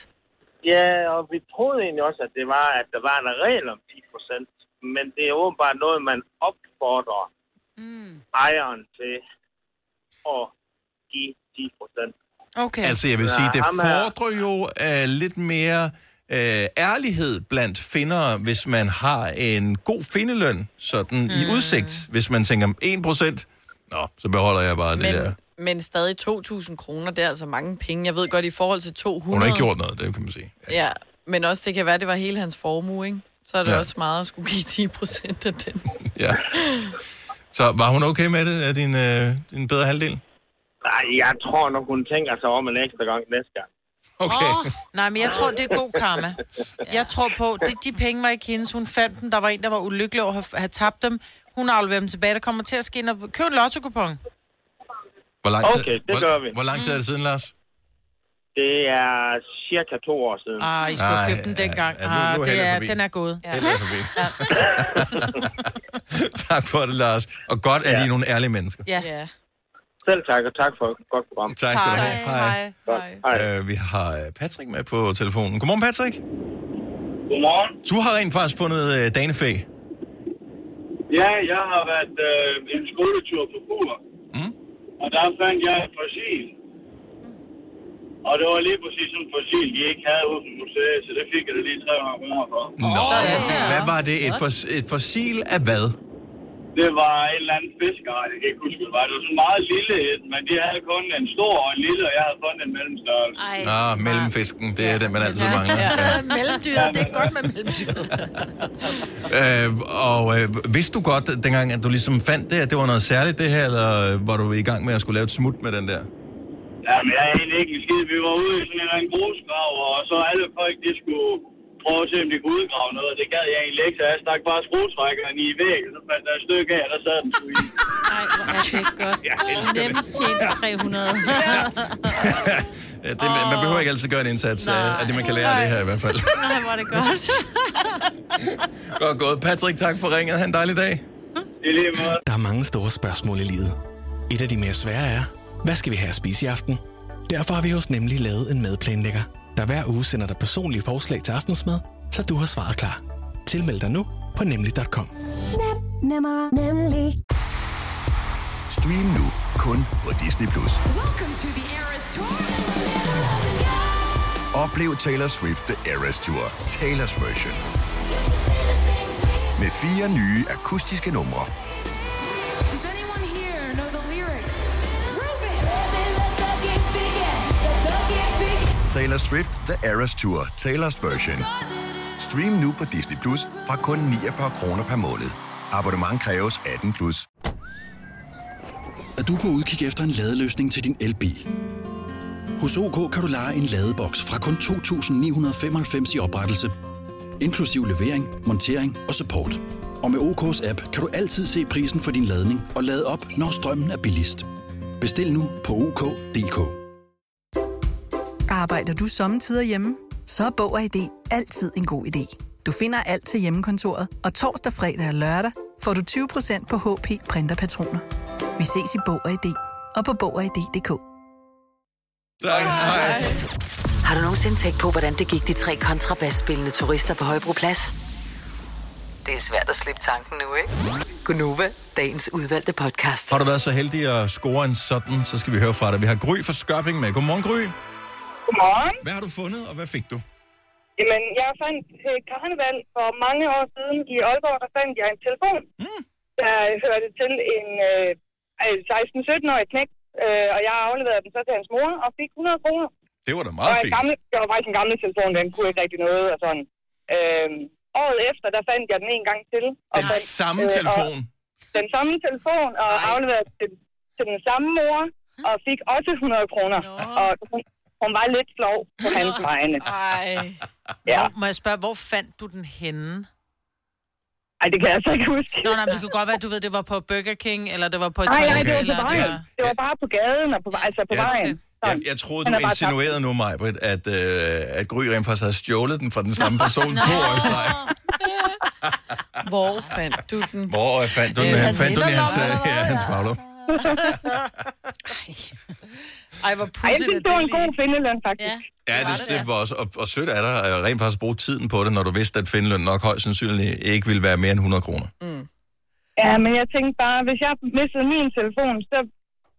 Ja, og vi troede egentlig også, at, det var, at der var en regel om 10 procent. Men det er åbenbart noget, man opfordrer mm. ejeren til at give 10 procent. Okay. Altså, jeg vil sige, det ham her- fordrer jo uh, lidt mere uh, ærlighed blandt finder, hvis man har en god findeløn sådan mm. i udsigt. Hvis man tænker, 1%, nå, så beholder jeg bare det der. Men stadig 2.000 kroner, det er altså mange penge. Jeg ved godt, i forhold til 200... Hun har ikke gjort noget, det kan man sige. (laughs) Ja, men også det kan være, det var hele hans formue, ikke? Så er det Ja. ja. også meget at skulle give 10 procent af den. Ja. Så var hun okay med det, af din, øh, din bedre halvdel? Nej, jeg tror nok, hun tænker sig om en ekstra gang næste gang. Okay. Oh, nej, men jeg tror, det er god karma. Jeg tror på, de, de penge var ikke hendes. Hun fandt dem. Der var en, der var ulykkelig over at have- have tabt dem. Hun afleverer dem tilbage. Der kommer til at ske en... Køb en lotto-kupon. Hvor lang tid, Okay, det hvor, gør vi. Hvor lang tid er det siden, Lars? Det er cirka to år siden. Ah, I skulle have købt den dengang. ja, nu- Ah, nu er det Hella er, forbi. den er gået. Ja. Hella er forbi. (laughs) tak for det, Lars. Og godt, at I er nogle ærlige mennesker. Ja. ja. Selv tak, og tak for et godt program. Tak skal du have. Hej. Hej. Øh, vi har øh, Patrick med på telefonen. Godmorgen, Patrick. Godmorgen. Du har rent faktisk fundet øh, danefæ. Ja, jeg har været øh, en skoletur på Kuba. Mm. Og der fandt jeg et fossil. Og det var lige præcis sådan et fossil, de ikke havde ude på museet, så det fik jeg da lige 300 kroner for. Nå, hvad var det? Et, fos, et fossil af hvad? Det var en eller anden fiskeart, jeg kan ikke huske, hvad det var. Det var sådan meget lille, et, men de havde kun en stor og en lille, og jeg havde fundet en mellemstørrelse. Nå, mellemfisken. Det er den, man altid mangler. Ja. (laughs) Mellemdyret, det er godt med mellemdyret. Øh, og øh, vidste du godt, at dengang at du ligesom fandt det, at det var noget særligt det her, eller øh, var du i gang med at skulle lave et smut med den der? Ja, men jeg er egentlig ikke en skid. Vi var ude i sådan en eller anden grusgrav, og så alle folk, de skulle prøve at se, om de kunne udgrave noget. Det gad jeg egentlig ikke, så jeg stak bare skruetrækkeren i væggen, så fandt der et stykke af, og der sad den sgu i. Nej, hvor er det ikke godt. Nemmest tjente 300. Ja, det, man, man behøver ikke altid gøre en indsats øh, af, af det, man kan lære af det her i hvert (laughs) fald. Nej, hvor er det godt. Godt gået. Patrick, tak for ringet. Ha' en dejlig dag. I lige måde. Der er mange store spørgsmål i livet. Et af de mere svære er, hvad skal vi have at spise i aften? Derfor har vi hos Nemlig lavet en madplanlægger, der hver uge sender dig personlige forslag til aftensmad, så du har svaret klar. Tilmeld dig nu på nemlig.com. Nemmer, nemlig. Stream nu kun på Disney+. Plus. Welcome to the Eras Tour. Oplev Taylor Swift The Eras Tour, Taylor's version. Med fire nye akustiske numre. Does anyone here know the lyrics? Taylor Swift The Eras Tour, Taylor's version. Stream nu på Disney Plus fra kun 49 kroner per måned. Abonnement kræves 18 plus. er du på udkig efter en ladeløsning til din elbil. Hos OK kan du lege en ladeboks fra kun 2.995 i oprettelse, inklusiv levering, montering og support. Og med OK's app kan du altid se prisen for din ladning og lade op, når strømmen er billigst. Bestil nu på OK.dk. Arbejder du sommetider hjemme? Så er Bog og ID altid en god idé. Du finder alt til hjemmekontoret, og torsdag, fredag og lørdag får du 20% på HP Printerpatroner. Vi ses i Bog og ID og på Bog og ID.dk. Tak. Hej. Har du nogensinde tænkt på, hvordan det gik de tre kontrabasspillende turister på Højbroplads? Det er svært at slippe tanken nu, ikke? Gunova, dagens udvalgte podcast. Har du været så heldig at score en sådan, så skal vi høre fra dig. Vi har Gry fra Skørping med. Godmorgen, Gry. Godmorgen. Hvad har du fundet, og hvad fik du? Jamen, jeg fandt til karneval for mange år siden i Aalborg, der fandt jeg en telefon, mm. der hørte til en øh, øh, 16-17-årig knæk, øh, og jeg afleverede den så til hans mor og fik 100 kroner. Det var da Det meget var en fint. Gammel, det var faktisk en gammel telefon, den kunne ikke rigtig noget og sådan. Øh, året efter, der fandt jeg den en gang til. Og Den fandt, samme Altså, øh, og telefon? Den samme telefon, og Ej. afleverede til, til den samme mor, og fik også 100 kroner. Og hun, hun var lidt flov på hans vegne. Ej. Ja. Ja. Må jeg spørge, hvor fandt du den henne? Ej, det kan jeg så ikke huske. Nå, nej, men det kunne godt være, at du ved, det var på Burger King, eller det var på et Nej, nej, toilet, det var eller på vejen. Det var bare på gaden og på, vej- altså på Ja, vejen. Jeg, jeg troede, Den du er bare tabt. insinuerede nu, mig, at, øh, at Gry rent faktisk havde stjålet den fra den samme person to år i streg. Hvor fandt du den? Hvor øh, fandt du den? Øh, Han hans fandt du den i hans, inderlomme, øh, ja, hans baglomme. Ej, hvor Ej, jeg pudsigt, synes, at det var det en god findeløn, faktisk. Ja, det, det var også, og, og sødt af dig at rent faktisk bruge tiden på det, når du vidste, at findeløn nok højst sandsynligt ikke ville være mere end 100 kroner. Ja, men jeg tænkte bare, hvis jeg mistede min telefon, så...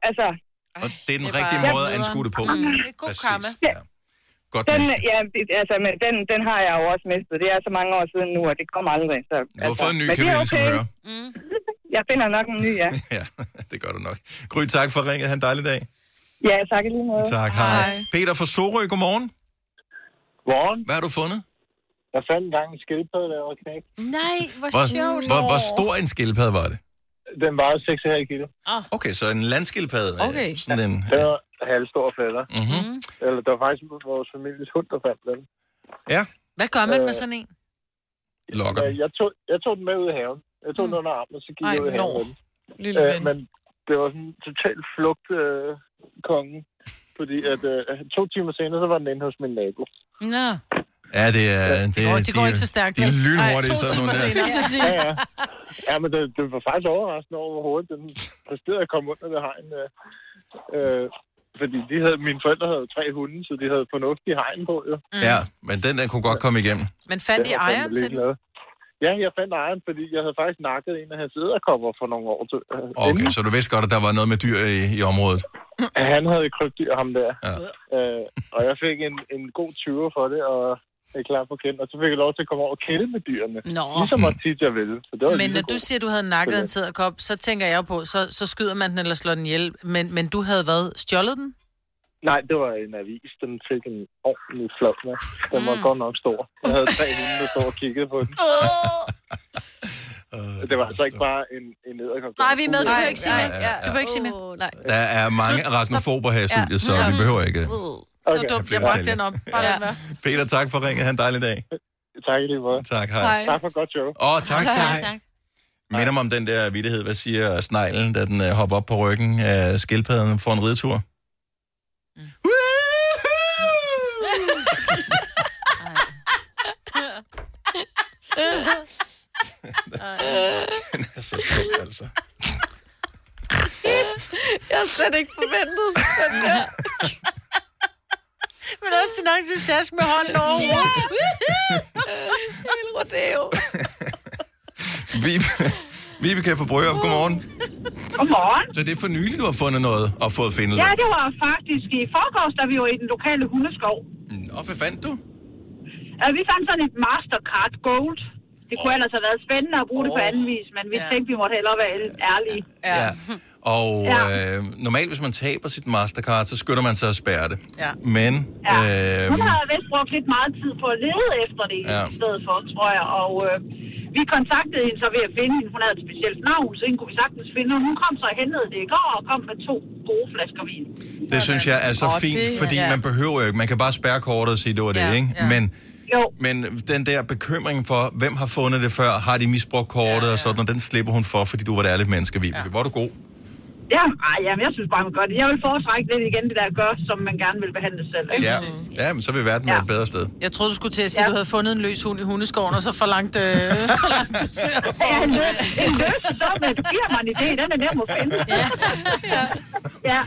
Altså, Og det er den rigtige bare måde at bedre. anskue Ah, det på. Det er god Præcis. karma. Ja. Godt den, menneske. ja, det- altså, men den, den har jeg jo også mistet. Det er så mange år siden nu, og det kommer aldrig. Så, altså. Du har fået en ny, men kan det vi er ligesom høre. Jeg finder nok en ny, ja. (laughs) Ja, det gør du nok. Gry, tak for ringet. Ha' en dejlig dag. Ja, tak i lige måde. Tak, hej. hej. Peter fra Sorø, godmorgen. Godmorgen. Hvad har du fundet? Jeg fandt engang en skildpadde, der var knægt. Nej, hvor, Hvor, sjovt. hvor, hvor stor en skildpadde var det? Den var 6,5 kilo. Okay, så en landskildpadde. øh, Okay. Sådan en, Den var halvstor fætter. Mhm. Eller der var faktisk vores families hund, der fandt den. Ja. Hvad gør man med sådan en? Lokker. Jeg tog, jeg tog den med ud i haven. Jeg tog den under armen, og så gik Ej, jeg ud i haven. nå. med den. Lille Øh, ven. men det var sådan en total flugt øh, kongen. Fordi at, øh, to timer senere, så var den inde hos min nabo. Nå. Ja, det er... Det, går- det går ikke så stærkt, Det er vel? lynhurtigt, Ej, to sådan timer nogle der. senere. så sige. Ja, ja. ja men det, det, var faktisk overraskende over, hvor hurtigt den præsterede at komme under det hegn. øh. Øh, fordi de havde, mine forældre havde jo tre hunde, så de havde fornuftig hegn på, jo. Ja, Mm. men den der kunne godt komme igennem. Men fandt I Den var fandme ejeren til den? ligeglad. Ja, jeg fandt ejeren, fordi jeg havde faktisk nakket en af hans æderkopper for nogle år til. Okay, så du vidste godt, at der var noget med dyr i, i området. At han havde krybdyr, ham der. Ja. Øh, og jeg fik en, en god 20 for det, og er klar på kendt. Og så fik jeg lov til at komme over og kælde med dyrene. Nå. Ligesom at tit jeg ville. Så det var Men lige når så du godt. siger, at du havde nakket en tæderkop, så tænker jeg jo på, så, så skyder man den eller slår den ihjel. Men, men du havde hvad? Stjålet den? Nej, det var en avis. Den fik en ordentlig flot med. Den Mm. var godt nok stor. Jeg havde tre hunde, der stod og kiggede på den. det var altså ikke bare en, en edderkop. Nej, vi er med. Du behøver ikke sige Nej, mere. ja, ja. Du behøver ikke sige mere. nej. Der er mange arachnofober her i studiet, så vi behøver ikke... Okay. Det var dumt, flere jeg bragte detaljer. den op. Bare ja. Peter, tak for ringet. Han en dejlig dag. Tak i lige måde. Tak, hej. Hej. Tak for et godt show. Åh, oh, tak skal du have. Minder mig om den der vittighed. Hvad siger sneglen, da den øh, hopper op på ryggen af skildpadden for en ridetur? Den er så dum, altså. (laughs) Jeg har slet ikke forventet sådan der. (laughs) Men også din entusiasme med hånden over. Ja. Helt rodeo. Vibe, (laughs) Vibeke fra Brøger, godmorgen. Godmorgen. Så det er for nylig, du har fundet noget og fået findet. Ja, det var faktisk i forgårs, da vi var i den lokale hundeskov. Og hvad fandt du? Ja, vi fandt sådan et Mastercard Gold. Det kunne ellers have været spændende at bruge det på anden vis, men vi tænkte, vi måtte hellere være ærlige. (laughs) Ja. Og Ja. øh, normalt, hvis man taber sit Mastercard, så skynder man sig at spærre det. Ja. Men øh, Hun havde vist brugt lidt meget tid på at lede efter det Ja. ja. i stedet for, tror jeg. Og øh, vi kontaktede hende så ved at finde hende. Hun havde et specielt navn, så hende kunne vi sagtens finde. Og hun kom så og hentede det i går og kom med to gode flasker vin. det synes jeg er så Åh, fint, det- fordi ja. man behøver jo ikke. Man kan bare spærre kortet og sige, det var det, Ja, ikke? ja. Men, jo. men den der bekymring for, hvem har fundet det før, har de misbrugt kortet ja, ja. og sådan, og den slipper hun for, fordi du var et ærligt menneske, Vibeke. Ja. Hvor er du god. Ja, ej, jamen, jeg synes bare, man gør det. Jeg vil foretrække lidt igen det der at gøre, som man gerne vil behandle selv. ikke? Ja, ja men så vil verden ja. være et bedre sted. Jeg troede, du skulle til at sige, at du havde fundet en løs hund i hundeskoven, og så forlangt, øh, forlangt du ser. Ja, en løs, en løs sådan, at giver mig en idé, den er nem at finde. Ja. ja.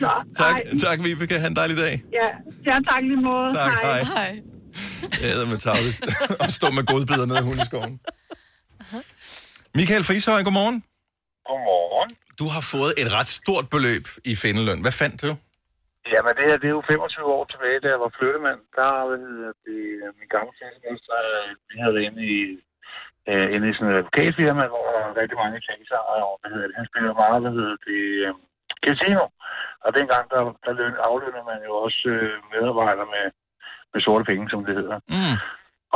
Så, Tak, ej, tak Vibeke. Ha' en dejlig dag. ja. ja, tak i lige måde. Tak, hej. hej. Jeg æder med (laughs) tavlet og står med godbidder nede i hundeskoven. Michael Frishøj, godmorgen. Godmorgen. Du har fået et ret stort beløb i findeløn. Hvad fandt du? Jamen, det her, det er jo 25 år tilbage, da jeg var flyttemand. Der havde det, øh, min gamle tjenester, vi havde inde i, øh, inde i sådan et advokatfirma, hvor der var rigtig mange tjenester, og øh, hvad hedder det, han spillede meget, hvad hedder det, øh, casino. Og dengang, der, der løn, aflønner man jo også øh, medarbejdere med, med sorte penge, som det hedder. Mm.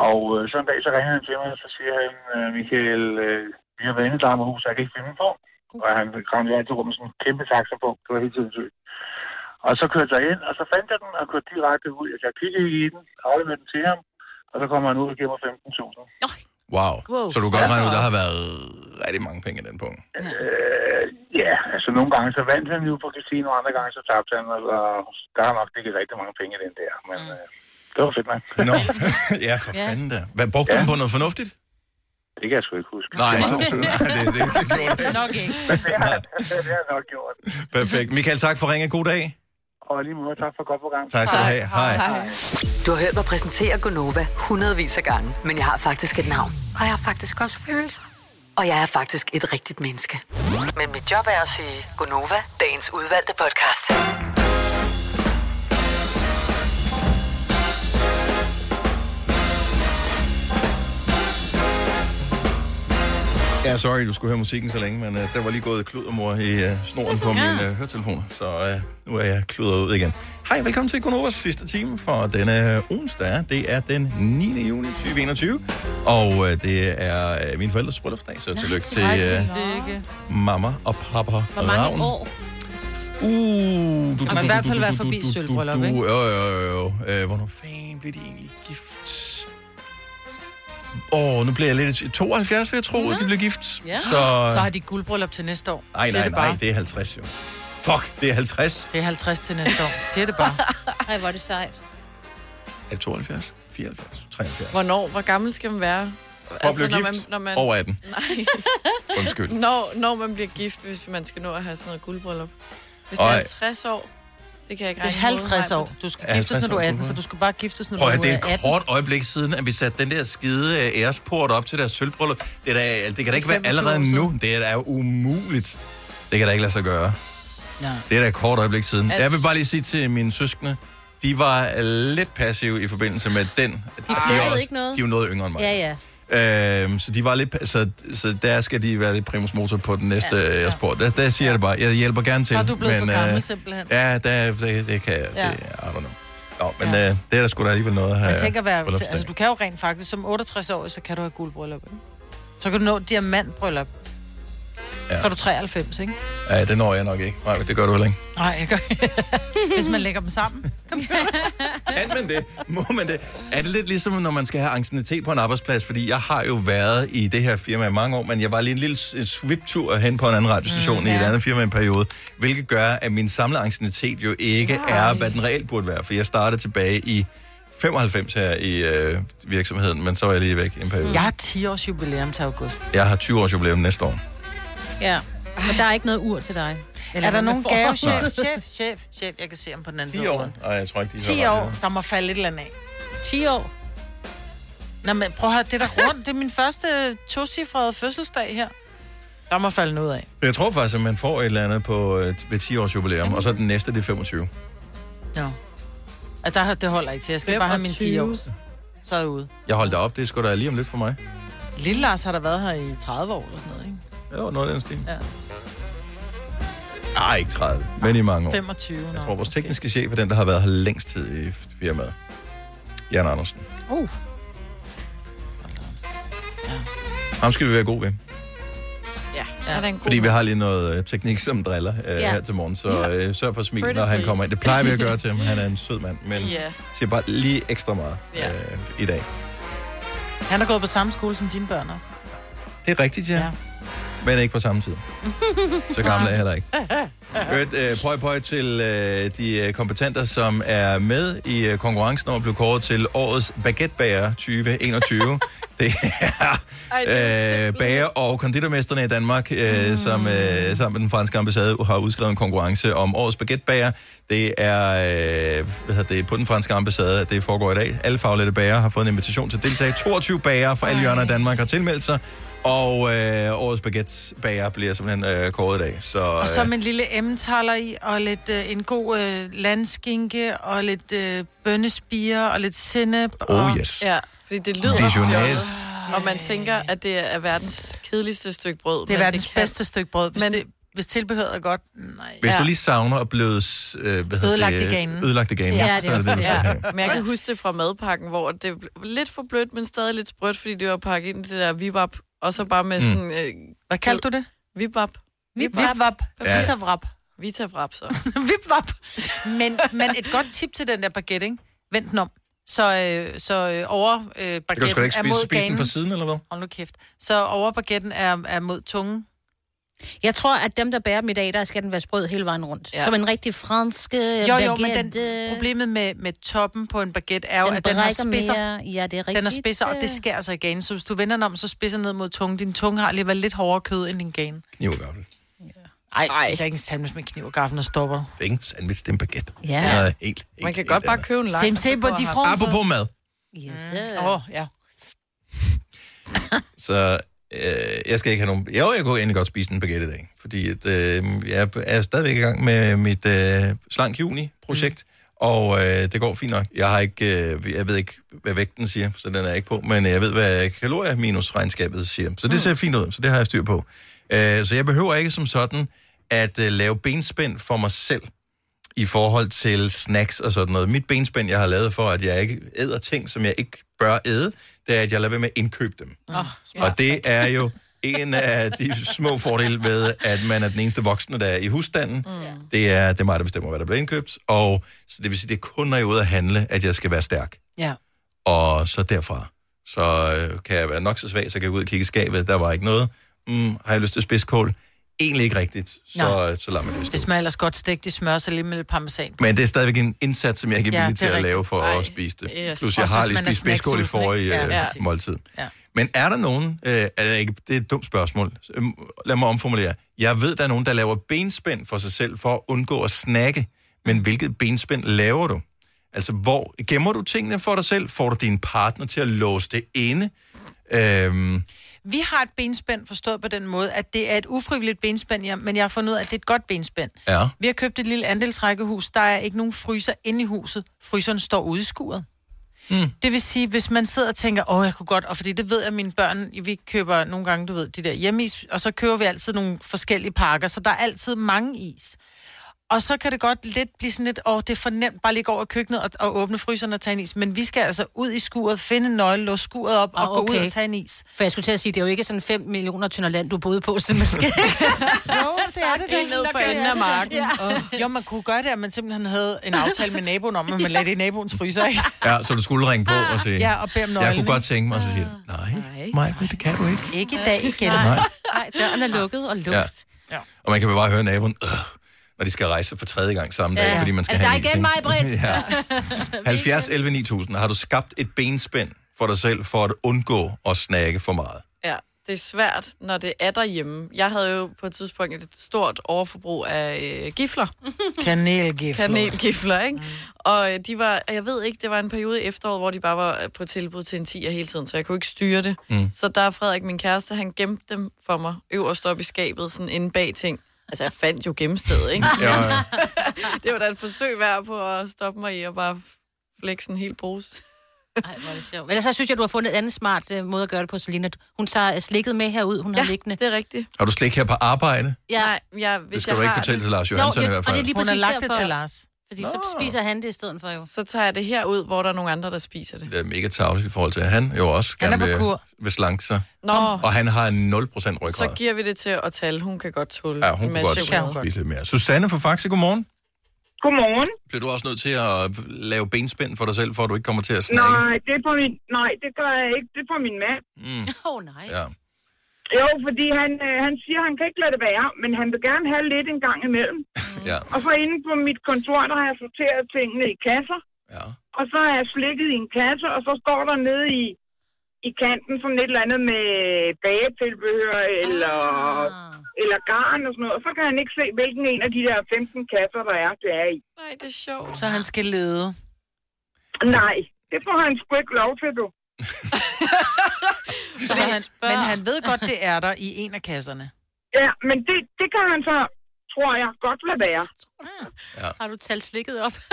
Og øh, så en dag, så ringer han til mig, og så siger han, øh, Michael, øh, vi har været inde i Dagmarhus, og jeg kan ikke finde min form. Og han kramte jo altid rundt med sådan en kæmpe taxa på, det var helt tiden sygt. Og så kørte jeg ind, og så fandt jeg den, og kørte direkte ud. Altså, Jeg kiggede i den, afleverede den til ham, og så kommer han ud og giver mig 15.000. Wow. Wow. Så du kan godt Ja. regne ud, der har været rigtig mange penge i den punkt. Øh, ja, altså nogle gange så vandt han jo på casino, og andre gange så tabte han, og der har nok ligget rigtig mange penge i den der. Men øh, det var fedt, man. Nå, (laughs) ja, for ja. fanden da. Hvad, brugte ja. du den på noget fornuftigt? Det kan jeg sgu ikke huske. (laughs) Nej, (laughs) nej det, det, det, gjorde det. Nok (laughs) ikke. det har jeg nok gjort. Perfekt. Michael, tak for ringet. God dag. Og lige måde, tak for et godt program. Tak skal du have. Hej. Du har hørt mig præsentere Gonova hundredvis af gange, men jeg har faktisk et navn. Og jeg har faktisk også følelser. Og jeg er faktisk et rigtigt menneske. Men mit job er at sige Gonova, dagens udvalgte (laughs) podcast. Ja, sorry, du skulle høre musikken så længe, men uh, der var lige gået kludermor i uh, snoren på min uh, høretelefon, så uh, nu er jeg kludret ud igen. Hej, velkommen til Konovas sidste time for denne uh, onsdag. Det er den 9. juni 2021, og uh, det er uh, min forældres bryllupsdag, så tillykke til uh, Lykke. mamma og papa Hvor mange Ravn. år? Uh, du, man i hvert fald være forbi sølvbryllup, du, ikke? jo, jo, jo, jo. Øh, hvornår fanden blev de egentlig gift? Åh, oh, nu bliver jeg lidt... i- 72, vil jeg tro, at de blev gift. Ja. Så, Så har de guldbryllup til næste år. Ej, Siger nej, det nej, bare. det er 50 jo. Fuck, det er 50. Det er 50 til næste år. Siger det bare. Ej, hvor er det sejt. Er det 72? 74? 73? Hvornår? Hvor gammel skal man være? Altså, For at blive gift? Over 18? Nej. (laughs) Undskyld. Når, når man bliver gift, hvis man skal nå at have sådan noget guldbryllup. Hvis det Ej. er 50 år, det kan jeg ikke Det er regne i hovedet, 50 år. Maj-Brit. Du skal Ja, giftes, når 50 du år, er 18, tror jeg. så du skal bare giftes, når du Prøv er at høre, 18. det er et kort øjeblik siden, at vi satte den der skide øh, æresbord op til deres sølvbryllup. Det, er da, altså, det kan da ikke være 25 år allerede siden. nu. Det er da umuligt. Det kan da ikke lade sig gøre. Nej. Det er da et kort øjeblik siden. Altså- Jeg vil bare lige sige til mine søskende, de var øh, lidt passive i forbindelse med den. De, fattede er også- ikke noget. De er jo noget yngre end mig. Ja, ja. Øhm, så, de var lidt, pa- så, så der skal de være lidt primus motor på den næste Ja, ja, ja. sport. Der, der siger jeg det bare. Jeg hjælper gerne til. Og du er blevet for gammel, øh, simpelthen. Ja, der, det, det kan jeg. Ja. Ja. Det, I don't know. Nå, men ja. øh, det er der sgu da alligevel noget her. Man tænker, hvad, altså, du kan jo rent faktisk, som 68-årig, så kan du have guldbryllup. ikke? Så kan du nå diamantbryllup. Ja. Ja. Så er du 93, ikke? Ja, det når jeg nok ikke. Nej, men det gør du heller ikke. Nej, jeg gør (laughs) Hvis man lægger dem sammen. Kom her. Kan man det? Må man det? Er det lidt ligesom, når man skal have angstinitet på en arbejdsplads? Fordi jeg har jo været i det her firma i mange år, men jeg var lige en lille s- sviptur hen på en anden radiostation mm, Mm, i et ja. andet firma i en periode, hvilket gør, at min samlede angstinitet jo ikke Nej. er, hvad den reelt burde være. For jeg startede tilbage i 95 her i øh, virksomheden, men så var jeg lige væk i en periode. Jeg har 10 års jubilæum til august. Jeg har 20 års jubilæum næste år. Ja. Men der er ikke noget ur til dig. Eller er der hvad man nogen får. gave? Chef, chef, chef, chef. Jeg kan se ham på den anden 10 side. af år? bordet. Nej, jeg tror ikke, de 10 har ret i år. det. Der må falde et eller andet af. 10 år? Nå, men prøv at høre, det der rundt. Det er min første tocifrede fødselsdag her. Der må falde noget af. Jeg tror faktisk, at man får et eller andet på, øh, ved 10 års jubilæum, og så den næste, det er 25. Ja. Og der, det holder ikke til. Jeg skal bare have min 10 år. Så er jeg ude. Jeg holdt da op, det er sgu da lige om lidt for mig. Lille Lars har der været her i 30 år eller sådan noget, ikke? Jo, noget af den stil. Ja. Nej, ikke 30, men i mange år. 25. Jeg tror, vores tekniske chef er den, der har været her længst tid i firmaet. Jan Andersen. Uh. Ham skal vi være god ved, Ja, ja. Er der en god fordi vi har lige noget øh, teknik, som driller øh, Ja. her til morgen. Så øh, sørg for at smile, Pretty når han please. kommer ind. Det plejer vi at gøre til ham. Han er en sød mand, men Ja. siger bare lige ekstra meget Ja. øh, i dag. Han har gået på samme skole som dine børn også. Det er rigtigt, ja. ja. Men ikke på samme tid. (laughs) Så gammel er jeg heller ikke. Øvrigt, øh, pøj pøj til øh, de øh, kompetenter, som er med i øh, konkurrencen om at blive kåret til årets baguettebager 2021. det Ej, det er øh, bager- og konditormesterne i Danmark, øh, mm. som øh, sammen med den franske ambassade har udskrevet en konkurrence om årets baguettebager. Det er øh, hvad hedder det, på den franske ambassade, at det foregår i dag. Alle faglette bager har fået en invitation til at deltage. 22 bager fra alle hjørner af Danmark har tilmeldt sig. Og øh, årets baguettebager bliver simpelthen øh, kåret i dag. (laughs) Så, Og øh, så med en lille emmentaler i, og lidt øh, en god øh, landskinke, og lidt øh, bønnespiger, og lidt sennep. Oh, og, yes. Ja, fordi det lyder Dijonnaise. fjollet, Og man tænker, at det er verdens kedeligste stykke brød. Det er verdens bedste stykke brød. Hvis, Men- men, det, hvis tilbehøret er godt, nej. Hvis ja. du lige savner at blive øh, hvad hedder Ødelagt det, i ganen. Ødelagt i ganen, ja, det så er det det, du skal have. Men jeg kan huske det fra madpakken, hvor det blev lidt for blødt, men stadig lidt sprødt, fordi det var pakket ind i det der vibab, og så bare med Mm. sådan... Øh, Hvad kaldte du det? Vibab. Vibab. Vibab. Ja. Vitavrap. Vitavrap, så. Vibvap. Men, men et godt tip til den der baguette, ikke? Vent den om. Så, øh, så øh, over øh, Det kan du sgu da baguetten ikke er spise, mod spise den ganen. fra siden, eller hvad? Hold nu kæft. Så over baguetten er, er mod tungen. Jeg tror, at dem, der bærer dem i dag, der skal den være sprød hele vejen rundt. (laughs) Ja. Ja. Som en rigtig fransk øh, Jo, jo, men baguette. den, problemet med, med toppen på en baguette er jo, Den at den har brækker spidser. mere. Ja, det er Den har rigtigt, spidser, og øh. det skærer sig i ganen. Så hvis du vender den om, så spidser ned mod tungen. Din tunge har alligevel lidt hårdere kød end din gane. Kniv og gaffel. Det Ej, Ej. det er ikke en sandwich med kniv og gaffel, og stopper. er ikke en sandwich, det er en baguette. Ja. Det er helt, Man helt, kan godt helt bare andet. købe en lang- Same, same, but different. Apropos mad. Yes. Åh, oh, ja. Så øh, jeg skal ikke have nogen... Jo, jeg kunne egentlig godt spise en baguette i dag, fordi at, øh, jeg er stadigvæk i gang med mit øh, slank juni-projekt, mm. og øh, det går fint nok. Jeg har ikke... Øh, jeg ved ikke, hvad vægten siger, så den er jeg ikke på, men jeg ved, hvad kalorier minus regnskabet siger. Så det ser fint ud, så det har jeg styr på. Øh, så jeg behøver ikke som sådan at øh, lave benspænd for mig selv i forhold til snacks og sådan noget. Mit benspænd, jeg har lavet for, at jeg ikke æder ting, som jeg ikke bør æde, det er, at jeg lader være med at indkøbe dem. Oh, Og det er jo en af de små fordele ved, at man er den eneste voksne, der er i husstanden. Mm. Det, er, det er mig, der bestemmer, hvad der bliver indkøbt. Og så det vil sige, det er kun, når jeg er ude at handle, at jeg skal være stærk. Ja. Og så derfra, så øh, kan jeg være nok så svag, så kan jeg gå ud og kigge i skabet. Der var ikke noget. Mm, har jeg lyst til spidskål? egentlig ikke rigtigt, så, så lader man det stå. Det smager ellers godt stegt i smør, så lige med lidt parmesan. Men det er stadigvæk en indsats, som jeg ikke er Ja, villig det til er at rigtigt. lave for Ej, at spise det. yes. Plus, Også jeg har hvis lige man er spist spidskål i snacksulten, forrige ikke? Ja, ja, præcis. måltid. Ja. Men er der nogen, øh, er det, ikke, det er et dumt spørgsmål, Så, øhm, lad mig omformulere. Jeg ved, der er nogen, der laver benspænd for sig selv for at undgå at snakke, men hvilket benspænd laver du? Altså, hvor gemmer du tingene for dig selv? Får du din partner til at låse det inde? Øhm, Vi har et benspænd forstået på den måde, at det er et ufrivilligt benspænd, ja, men jeg har fundet ud af, at det er et godt benspænd. ja. Vi har købt et lille andelsrækkehus. Der er ikke nogen fryser inde i huset. Fryseren står ude i skuret. Mm. Det vil sige, hvis man sidder og tænker, åh, jeg kunne godt, og fordi det ved jeg, mine børn, vi køber nogle gange, du ved, de der hjemmeis, og så køber vi altid nogle forskellige pakker, så der er altid mange is. Og så kan det godt lidt blive sådan lidt, åh, det er for nemt bare lige gå over i køkkenet og, og åbne fryseren og tage en is. Men vi skal altså ud i skuret, finde en nøgle, låse skuret op og Ah, gå ud okay. og tage en is. For jeg skulle til at sige, det er jo ikke sådan 5 millioner tønder land, du boede på, som man skal... Jo, det er det da. Helt ned for Der gør enden jeg af det. marken. Ja. Jo, man kunne gøre det, at man simpelthen havde en aftale med naboen (laughs) om, at man lagde det i naboens fryser, ikke? ja, så du skulle ringe på og sige, Ja, og bede om jeg nøglen, kunne godt tænke mig, og så sige, nej, nej, det kan du ikke. Ikke i dag igen. Nej. Nej, døren er lukket og låst. Ja. Ja. Og man kan vel bare høre naboen, øh, når de skal rejse for tredje gang samme dag, fordi man skal er der have en igen mig, Britt? is, ikke? (laughs) (laughs) ja. 70 11 9000. Har du skabt et benspænd for dig selv, for at undgå at snakke for meget? Ja, det er svært, når det er derhjemme. Jeg havde jo på et tidspunkt et stort overforbrug af øh, (laughs) gifler. Kanelgifler. Kanelgifler, ikke? Mm. Og øh, de var, og jeg ved ikke, det var en periode i efteråret, hvor de bare var øh, på tilbud til en 10'er hele tiden, så jeg kunne ikke styre det. Mm. Mm. Så der er Frederik, min kæreste, han gemte dem for mig, øverst op i skabet, sådan inde bag ting. Altså, jeg fandt jo gemmestedet, ikke? Ja, ja. (laughs) det var da et forsøg værd på at stoppe mig i og bare flække sådan en hel pose. Ej, hvor er det sjovt. Men ellers så synes jeg, du har fundet en anden smart øh, måde at gøre det på, Selina. Hun tager øh, slikket med herud, hun ja, har liggende. det er rigtigt. Har du slet ikke her på arbejde? Ja. Nej, jeg, hvis Det skal jeg du ikke har fortælle til Lars Johansson i hvert Og fald. det er lige Hun præcis har lagt det derfor, til Lars. Fordi Nå. så spiser han det i stedet for jo. Så tager jeg det her ud, hvor der er nogle andre, der spiser det. Det er mega tavligt i forhold til, at han jo også Han er gerne på vil, kur. vil slanke sig. Nå. Og han har 0% Så ryggrad. giver vi det til Otal. Hun kan godt tåle Ja, hun kunne godt spise lidt mere. Susanne fra Faxe, godmorgen. Godmorgen. Bliver du også nødt til at lave benspænd for dig selv, for at du ikke kommer til at snakke? Nej, det er på min, nej, det gør jeg ikke. Det er på min mand. Mm. Åh, oh, nej. Ja. Jo, fordi han, øh, han siger, han kan ikke lade det være, men han vil gerne have lidt en gang imellem. Ja. Og så inde på mit kontor, der har jeg sorteret tingene i kasser. Ja. Og så er jeg slikket i en kasse, og så står der nede i, i kanten sådan et eller andet med bagetilbehør eller, Ah. eller garn og sådan noget. Og så kan han ikke se, hvilken en af de der 15 kasser, der er, det er i. Nej, det er sjovt. Så han skal lede. Nej, det får han sgu ikke lov til, du. Så han, men han ved godt, det er der i en af kasserne. Ja, men det, det kan han så, tror jeg, godt lade være. Ah. Har du talt slikket op? (laughs)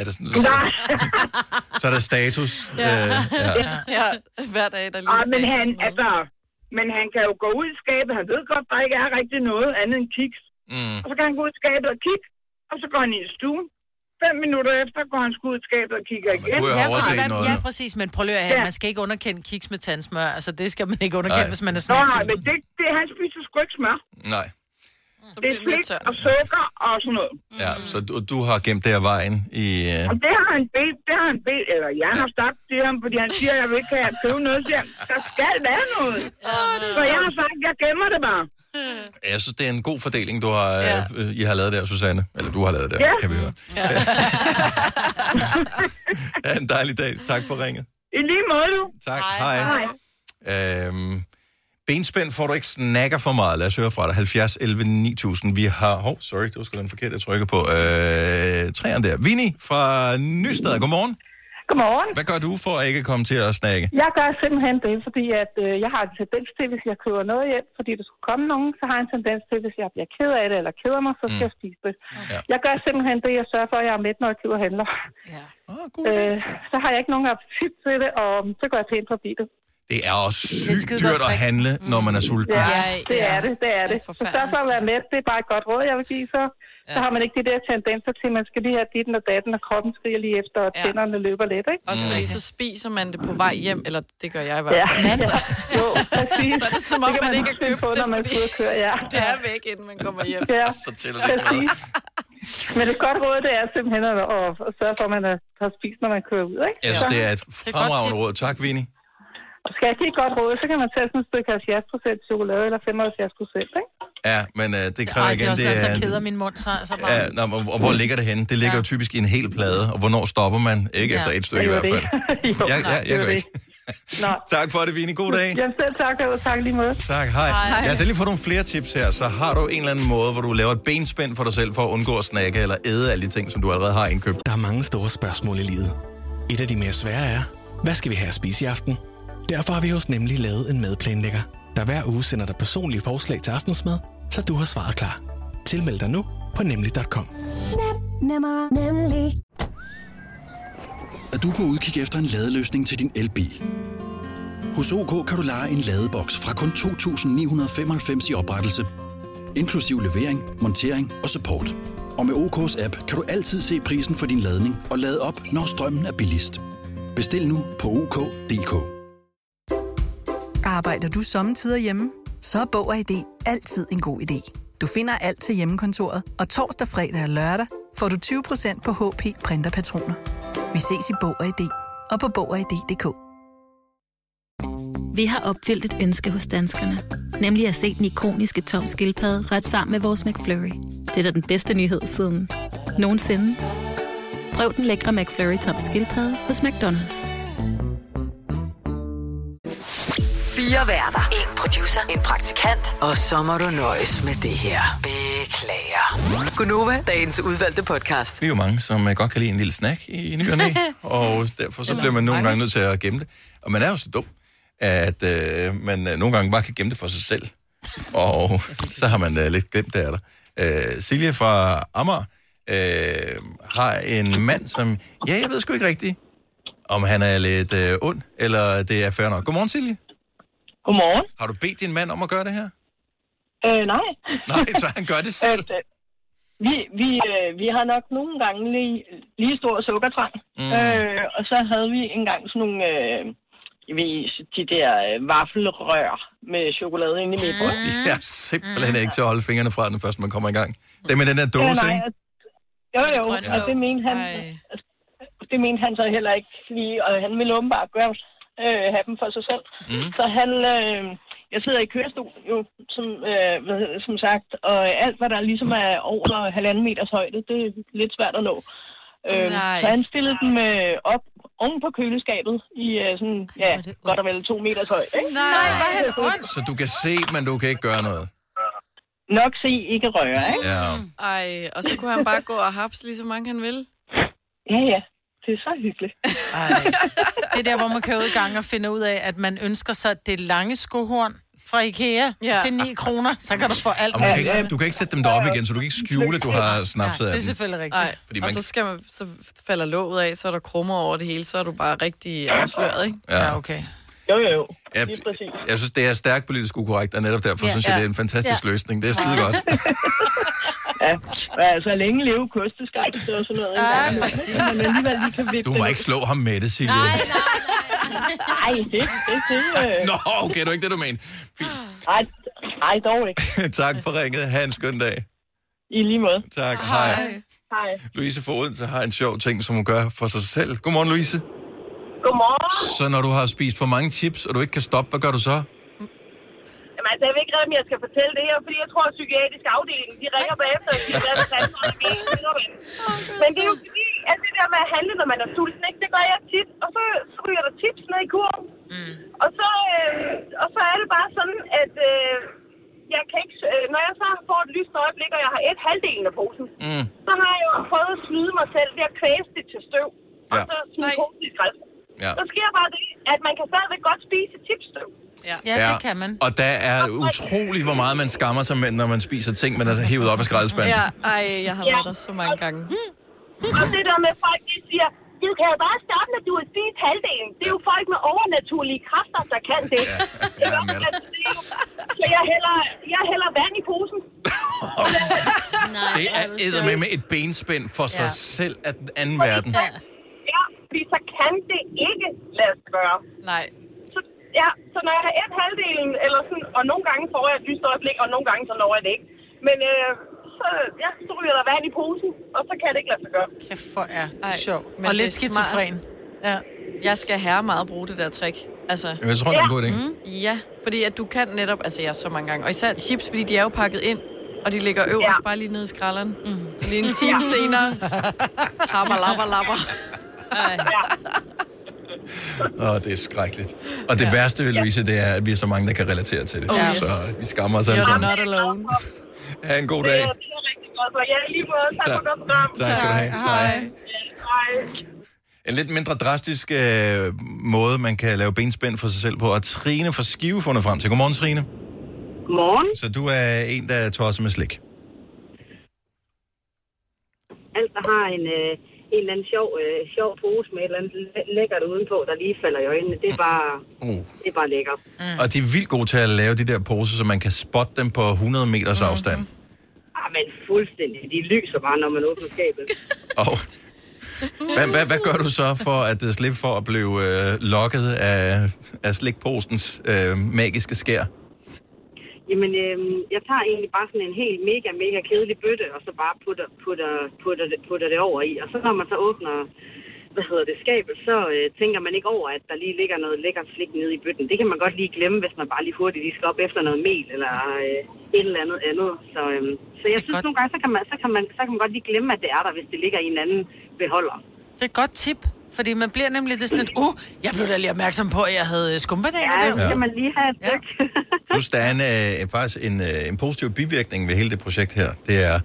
Er der sådan, Nej. (laughs) så er der status. Ja. Øh, (laughs) ja. ja, hver dag, der lige Ah, men status han, med. altså, men han kan jo gå ud i skabet. Han ved godt, der ikke er rigtig noget andet end kiks. Mm. Og så kan han gå ud i skabet og kigge, og så går han ind i stuen. Fem minutter efter går han sgu ud i skabet og kigger igen. ja, præcis, ja, præcis, men prøv lige at høre, Ja. man skal ikke underkende kiks med tandsmør. Altså, det skal man ikke underkende, Nej. Nej. hvis man er Nå, sådan nej, men det, det, han spiser sgu ikke smør. Nej. Det er slik og sukker og sådan noget. Ja, så du, du har gemt det af vejen i... Øh, Og det har han bedt, det har han bedt, eller jeg har sagt til ham, fordi han siger, at jeg vil ikke have at købe noget, så jeg, der skal være noget. så jeg har sagt, at jeg gemmer det bare. jeg synes, det er en god fordeling, du har, ja. øh, I har lavet der, Susanne. Eller du har lavet der, Ja. kan vi høre. (laughs) Ja. en dejlig dag. Tak for ringet. I lige måde, du. Tak. Hej. Øhm, benspænd får du ikke snakker for meget. Lad os høre fra dig. 70 11 9000. Vi har... Hov, oh, sorry, det var sgu den forkerte, jeg trykker på. Øh, træerne der. Vinnie fra Nystad. Godmorgen. Godmorgen. Hvad gør du for at ikke komme til at snakke? Jeg gør simpelthen det, fordi at, øh, jeg har en tendens til, hvis jeg køber noget hjem, fordi der skulle komme nogen, så har jeg en tendens til, hvis jeg bliver ked af det eller keder mig, så skal Mm. mm. jeg spise det. Ja. Jeg gør simpelthen det, jeg sørger for, at jeg er med, når jeg køber handler. Ja. Oh, øh, så har jeg ikke nogen appetit til det, og så går jeg pænt forbi det. Det er også et sygt skide dyrt godt at trick. handle, når man er sulten. Ja, det er det, det er det. Så sørg for at være med, det er bare et godt råd, jeg vil give, så, ja. så har man ikke de der tendenser til, at man skal lige have ditten og datten, og kroppen skriger lige efter, og tænderne løber lidt, ikke? Også Mm. fordi så spiser man det på vej hjem, eller det gør jeg i Ja. hvert fald. (laughs) Ja. Jo, (laughs) præcis. Så er det som om, Det kan man man ikke har huske købt på, det, når man fordi skal ud og køre, ja. (laughs) det er væk, inden man kommer hjem. Ja. Så tæller det ikke Men et godt råd, det er simpelthen at, at at sørge for, at man er- har spist, når man kører ud, ikke? Jeg synes, Altså, det er et godt fremragende råd. Tak, Vinnie. Og skal jeg give et godt råd, så kan man tage sådan et stykke 70 chokolade, eller 75 ikke? Ja, men øh, det kræver Ej, det igen, er også det noget, er... så keder min mund sig så meget. Ja, nå, men og hvor ligger det henne? Det ligger ja. jo typisk i en hel plade, og hvornår stopper man? Ikke Ja. ja. efter et Det stykke i er jo hvert fald. det. (laughs) Jo, ja, ja, nej, det er jeg jo gør det. ikke. (laughs) tak for det, Vine. God dag. Jamen selv tak, og tak lige måde. Tak, hej. hej. Jeg har selv lige fået nogle flere tips her. Så har du en eller anden måde, hvor du laver et benspænd for dig selv, for at undgå at snakke eller æde alle de ting, som du allerede har indkøbt. Der er mange store spørgsmål i livet. Et af de mere svære er, hvad skal vi have at spise i aften? Derfor har vi hos Nemlig lavet en madplanlægger, der hver uge sender dig personlige forslag til aftensmad, så du har svaret klar. Tilmeld dig nu på nemlig.com. Nemmer, nemlig. Er du på udkig efter en ladeløsning til din elbil? Hos OK kan du lege en ladeboks fra kun 2.995 i oprettelse, inklusiv levering, montering og support. Og med OK's app kan du altid se prisen for din ladning og lade op, når strømmen er billigst. Bestil nu på OK.dk. Arbejder du sommetider hjemme? Så er Bog og ID altid en god idé. Du finder alt til hjemmekontoret, og torsdag, fredag og lørdag får du 20% på HP printerpatroner. Vi ses i Bog og ID og på Bog og ID.dk. Vi har opfyldt et ønske hos danskerne. Nemlig at se den ikoniske tom skildpadde ret sammen med vores McFlurry. Det er da den bedste nyhed siden nogensinde. Prøv den lækre McFlurry tom skildpadde hos McDonald's. Fire værter. En producer. En praktikant. Og så må du nøjes med det her. Beklager. Gunova, dagens udvalgte podcast. Vi er jo mange, som øh, godt kan lide en lille snack i ny og (laughs) næ, og derfor så Eller bliver man nogle gange nødt til at gemme det. Og man er jo så dum, at øh, man øh, nogle gange bare kan gemme det for sig selv. Og så har man øh, lidt glemt det af dig. Øh, Silje fra Amager øh, har en mand, som... Ja, jeg ved sgu ikke rigtigt, om han er lidt øh, ond, eller det er fair nok. Godmorgen, Silje. Godmorgen. Har du bedt din mand om at gøre det her? Øh, nej. Nej, så han gør (laughs) det selv. At, øh, vi, vi, øh, vi har nok nogle gange lige, lige stor sukkertrang. Mm. Mm. Øh, og så havde vi engang sådan nogle, øh, jeg ved, de der øh, vaffelrør med chokolade inde i midten. De er simpelthen ikke til at holde fingrene fra, den først man kommer i gang. Det er med den der dåse, ikke? og- altså- Jo, jo, og det mente han, Altså, det mente han så heller ikke lige, og han ville åbenbart gøre, øh, have dem for sig selv. Mm. Så han, øh, jeg sidder i kørestol jo, som, øh, hvad hedder det, som sagt, og alt, hvad der ligesom er over halvanden meters højde, det er lidt svært at nå. Øh, Nej. så han stillede dem øh, op oven på køleskabet i øh, sådan, ja, godt og vel to meters højde. Ikke? Nej, hvor er han Så du kan se, men du kan ikke gøre noget. Nok se, ikke røre, ikke? Ja. Ej, og så kunne han bare gå og haps lige så mange han vil. Ja, ja. Det er så hyggeligt. (laughs) (laughs) Det er der, hvor man kan ud i gang og finde ud af, at man ønsker sig det lange skohorn fra Ikea ja. til 9 kroner, så kan du få alt. Og man kan muligt. ikke, du kan ikke sætte dem derop igen, så du kan ikke skjule, at du har snapset af det er dem. selvfølgelig rigtigt. Nej, Fordi Fordi man man og kan- så, skal man, så falder låget af, så er der krummer over det hele, så er du bare rigtig afsløret, ikke? Ja, okay. Jo, jo. Jeg, jeg synes, det er stærkt politisk ukorrekt, og netop derfor Ja. ja. synes jeg, Ja. det er en fantastisk Ja. ja. løsning. Det er skide godt. (laughs) Ja, altså længe leve kosteskab, det var sådan noget. ikke? Ja, Men præcis. alligevel lige kan vippe Du det må ud. ikke slå ham med det, Silje. Nej, Nej, det, det, det, øh, Nå, okay, det var ikke det, du mente. (laughs) nej, nej, dog ikke. tak for ringet. Ha' en skøn dag. I lige måde. Tak. Hej. Hej. Hej. Louise Fodense har en sjov ting, som hun gør for sig selv. Godmorgen, Louise. Godmorgen. Så når du har spist for mange chips, og du ikke kan stoppe, hvad gør du så? Jamen, altså, jeg ved ikke, rigtig, om jeg skal fortælle det her, fordi jeg tror, at psykiatrisk afdeling, de ringer bagefter, og siger, hvad er det, der er i min undervind? Men det er jo fordi, at det der med at handle, når man er sulten, ikke? det gør jeg tit, og så så ryger der chips ned i kurven. Og, så, øh, og så er det bare sådan, at øh, jeg kan ikke, øh, når jeg så får et lyst øjeblik, og jeg har et halvdelen af posen, Mm. så har jeg jo prøvet at snyde mig selv ved at kvæse det til støv, og Ja. så smide posen i skrald. Ja. Så sker bare det, at man kan stadigvæk godt spise chipsstøv. Ja, det kan man. Og der er utrolig, hvor meget man skammer sig, med, når man spiser ting, man har hævet op af skraldespanden. Ja, ej, jeg har været der så mange gange. Og det der med folk, de siger, du kan jo bare stoppe, når du har spist halvdelen. Det er jo folk med overnaturlige kræfter, der kan det. Altså, det er jo- Så jeg hælder, jeg hælder vand i posen. Det er eddermame med et benspænd for sig Ja. selv af den anden verden. Ja, fordi så kan det ikke lade sig gøre. Nej. Så, ja, så når jeg har et halvdelen, eller sådan, og nogle gange får jeg et lyst øjeblik, og nogle gange så når jeg det ikke. Men øh, så, ja, så ryger der vand i posen, og så kan det ikke lade sig gøre. Kæft, hvor er Ej, sjov. men Og det lidt er smart. skizofren. Ja. Jeg skal herre meget bruge det der trick. Altså, Jeg tror, det er en god idé. Mm. Ja, fordi at du kan netop, altså jeg er så mange gange, og især chips, fordi de er jo pakket ind, og de ligger øverst ja. bare lige nede i skralderen. Mm. Så lige (laughs) en time Ja. (laughs) senere, hammer, lapper, lapper. Åh, det er skrækkeligt. Og det ja. værste ved Louise, det er, at vi er så mange, der kan relatere til det. Oh, yes. Så vi skammer os alle You're sammen. not alone. Ha' en god dag. Det er rigtig godt for jer i lige måde. Tak for Tak. godt program. Tak skal du have. Hej. Hej. En lidt mindre drastisk øh, måde, man kan lave benspænd for sig selv på, og Trine fra Skive fundet frem til. Godmorgen, Trine. Godmorgen. Så du er en, der tosser med slik. Altså har en, øh, en eller anden sjov, øh, sjov pose med et eller andet læ- lækkert udenpå, der lige falder i øjnene. Det er bare, Uh. det er bare lækkert. Mm. Og de er vildt gode til at lave de der poser, så man kan spotte dem på 100 meters afstand. Ah, men fuldstændig. De lyser bare, når man åbner skabet. Og hvad, hvad, hvad gør du så for at uh, slippe for at blive øh, lokket af, af slikposens øh, magiske (laughs) skær? Jamen, øh, jeg tager egentlig bare sådan en helt mega, mega kedelig bøtte, og så bare putter, putter, putter, det, putter det over i. Og så når man så åbner hvad hedder det, skabet, så øh, tænker man ikke over, at der lige ligger noget lækkert slik nede i bøtten. Det kan man godt lige glemme, hvis man bare lige hurtigt lige skal op efter noget mel eller øh, et eller andet andet. Så, øh, så jeg synes godt. nogle gange, så kan, man, så, kan man, så kan man godt lige glemme, at det er der, hvis det ligger i en anden beholder. Det er et godt tip, fordi man bliver nemlig lidt sådan lidt, uh, jeg blev da lige opmærksom på, at jeg havde øh, skumbananer Ja, der." så skal man lige have et ja. Plus, der er en, øh, faktisk en, øh, en positiv bivirkning ved hele det projekt her. Det er,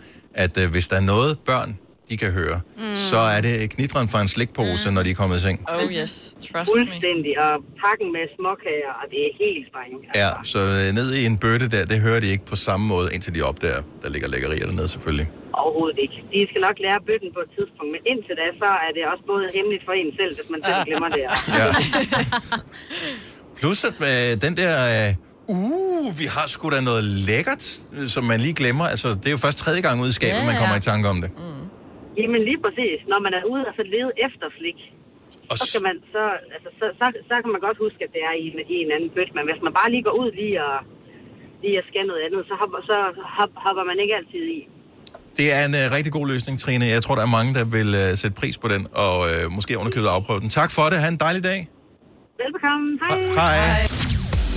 at øh, hvis der er noget børn, de kan høre, mm. så er det knitren fra en slikpose, mm. når de er kommet i seng. Oh yes, trust Fuldstændig, og pakken med småkager, og det er helt spændende. Ja, så øh, ned i en bøtte der, det hører de ikke på samme måde, indtil de opdager, der ligger lækkerier dernede selvfølgelig. Overhovedet ikke. De skal nok lære bøtten på et tidspunkt, men indtil da, så er det også både hemmeligt for en selv, hvis man selv glemmer det. (laughs) Ja. Plus, at øh, den der... Øh, uh, vi har sgu da noget lækkert, øh, som man lige glemmer. Altså, det er jo først tredje gang ude i skabet, Ja, man ja. kommer i tanke om det. Mm. Jamen lige præcis. Når man er ude og så lede efter slik, og så, skal man, så, altså, så, så, så, kan man godt huske, at det er i en, i en anden bøtte. Men hvis man bare lige går ud lige og, lige og skal noget andet, så, hopper, så hop, hopper man ikke altid i. Det er en øh, rigtig god løsning, Trine. Jeg tror, der er mange, der vil øh, sætte pris på den, og øh, måske underkøbet afprøve den. Tak for det. Ha' en dejlig dag. Velbekomme. Hej. Hej.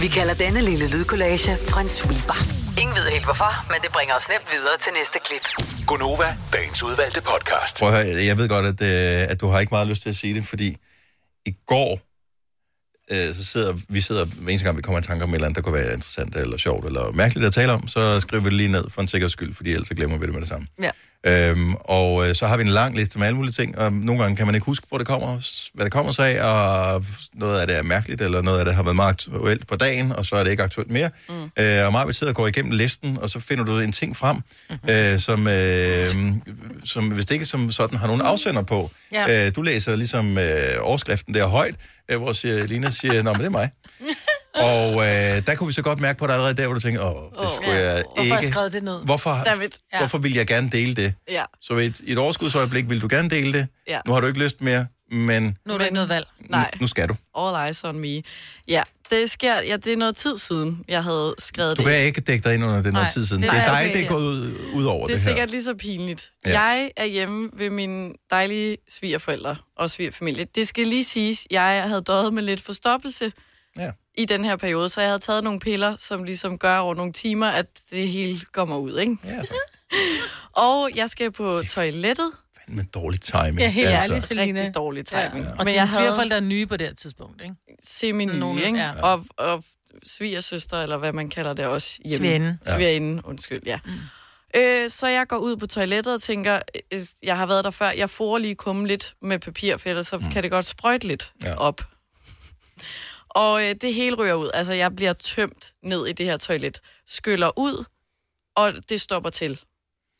Vi kalder denne lille lydkollage en sweeper. Ingen ved helt hvorfor, men det bringer os nemt videre til næste klip. Gonova, dagens udvalgte podcast. Prøv at høre, jeg ved godt, at, øh, at du har ikke meget lyst til at sige det, fordi i går, øh, så sidder vi sidder, hver eneste gang vi kommer i tanke om et eller andet, der kunne være interessant eller sjovt eller mærkeligt at tale om, så skriver vi det lige ned for en sikkerheds skyld, fordi ellers så glemmer vi det med det samme. Ja. Øhm, og øh, så har vi en lang liste med alle mulige ting, og nogle gange kan man ikke huske, hvor det kommer, s- hvad det kommer sig af, og noget af det er mærkeligt, eller noget af det har været meget aktuelt på dagen, og så er det ikke aktuelt mere. Mm. Øh, og Marvitt sidder og går igennem listen, og så finder du en ting frem, mm-hmm. øh, som, øh, som hvis det ikke som sådan har nogen afsender på. Ja. Øh, du læser ligesom øh, overskriften der højt, øh, hvor siger, Lina siger, nå, men det er mig. og øh, der kunne vi så godt mærke på dig allerede der, hvor du tænker, åh, det skulle Ja. jeg Hvorfor ikke. har jeg skrevet det ned? Hvorfor, David. Ja. hvorfor vil jeg gerne dele det? Ja. Så i et, i et overskudsøjeblik vil du gerne dele det. Ja. Nu har du ikke lyst mere, men Nu er der ikke noget valg. Nej. Nej. nu skal du. All eyes on me. Ja, det sker, ja, det er noget tid siden, jeg havde skrevet Du det. kan ikke dække dig ind under det er noget Nej, tid siden. det Det er er dig, okay. det er gået ud, ud over det, det er her. sikkert lige så pinligt. Ja. Ja. Jeg er hjemme ved mine dejlige svigerforældre og svigerfamilie. Det skal lige siges, jeg havde døjet med lidt forstoppelse ja. i den her periode, så jeg havde taget nogle piller, som ligesom gør over nogle timer, at det hele kommer ud, ikke? Ja, altså. så. (laughs) og jeg skal på toilettet. Med dårlig timing. altså- Altså. Rigtig dårlig timing. Og dine svigerforældre er nye på det her tidspunkt, ikke? semi-nye, Nogle, ikke? ja. Ja. Og, og svigersøster, eller hvad man kalder det også hjemme. Svigerinde. Ja. Svigerinde, undskyld, ja. Mm. Øh, så jeg går ud på toilettet og tænker, øh, jeg har været der før, jeg får lige kummen lidt med papir, for ellers så mm. kan det godt sprøjte lidt ja. op. Og øh, det hele ryger ud. Altså, jeg bliver tømt ned i det her toilet. Skyller ud, og det stopper til.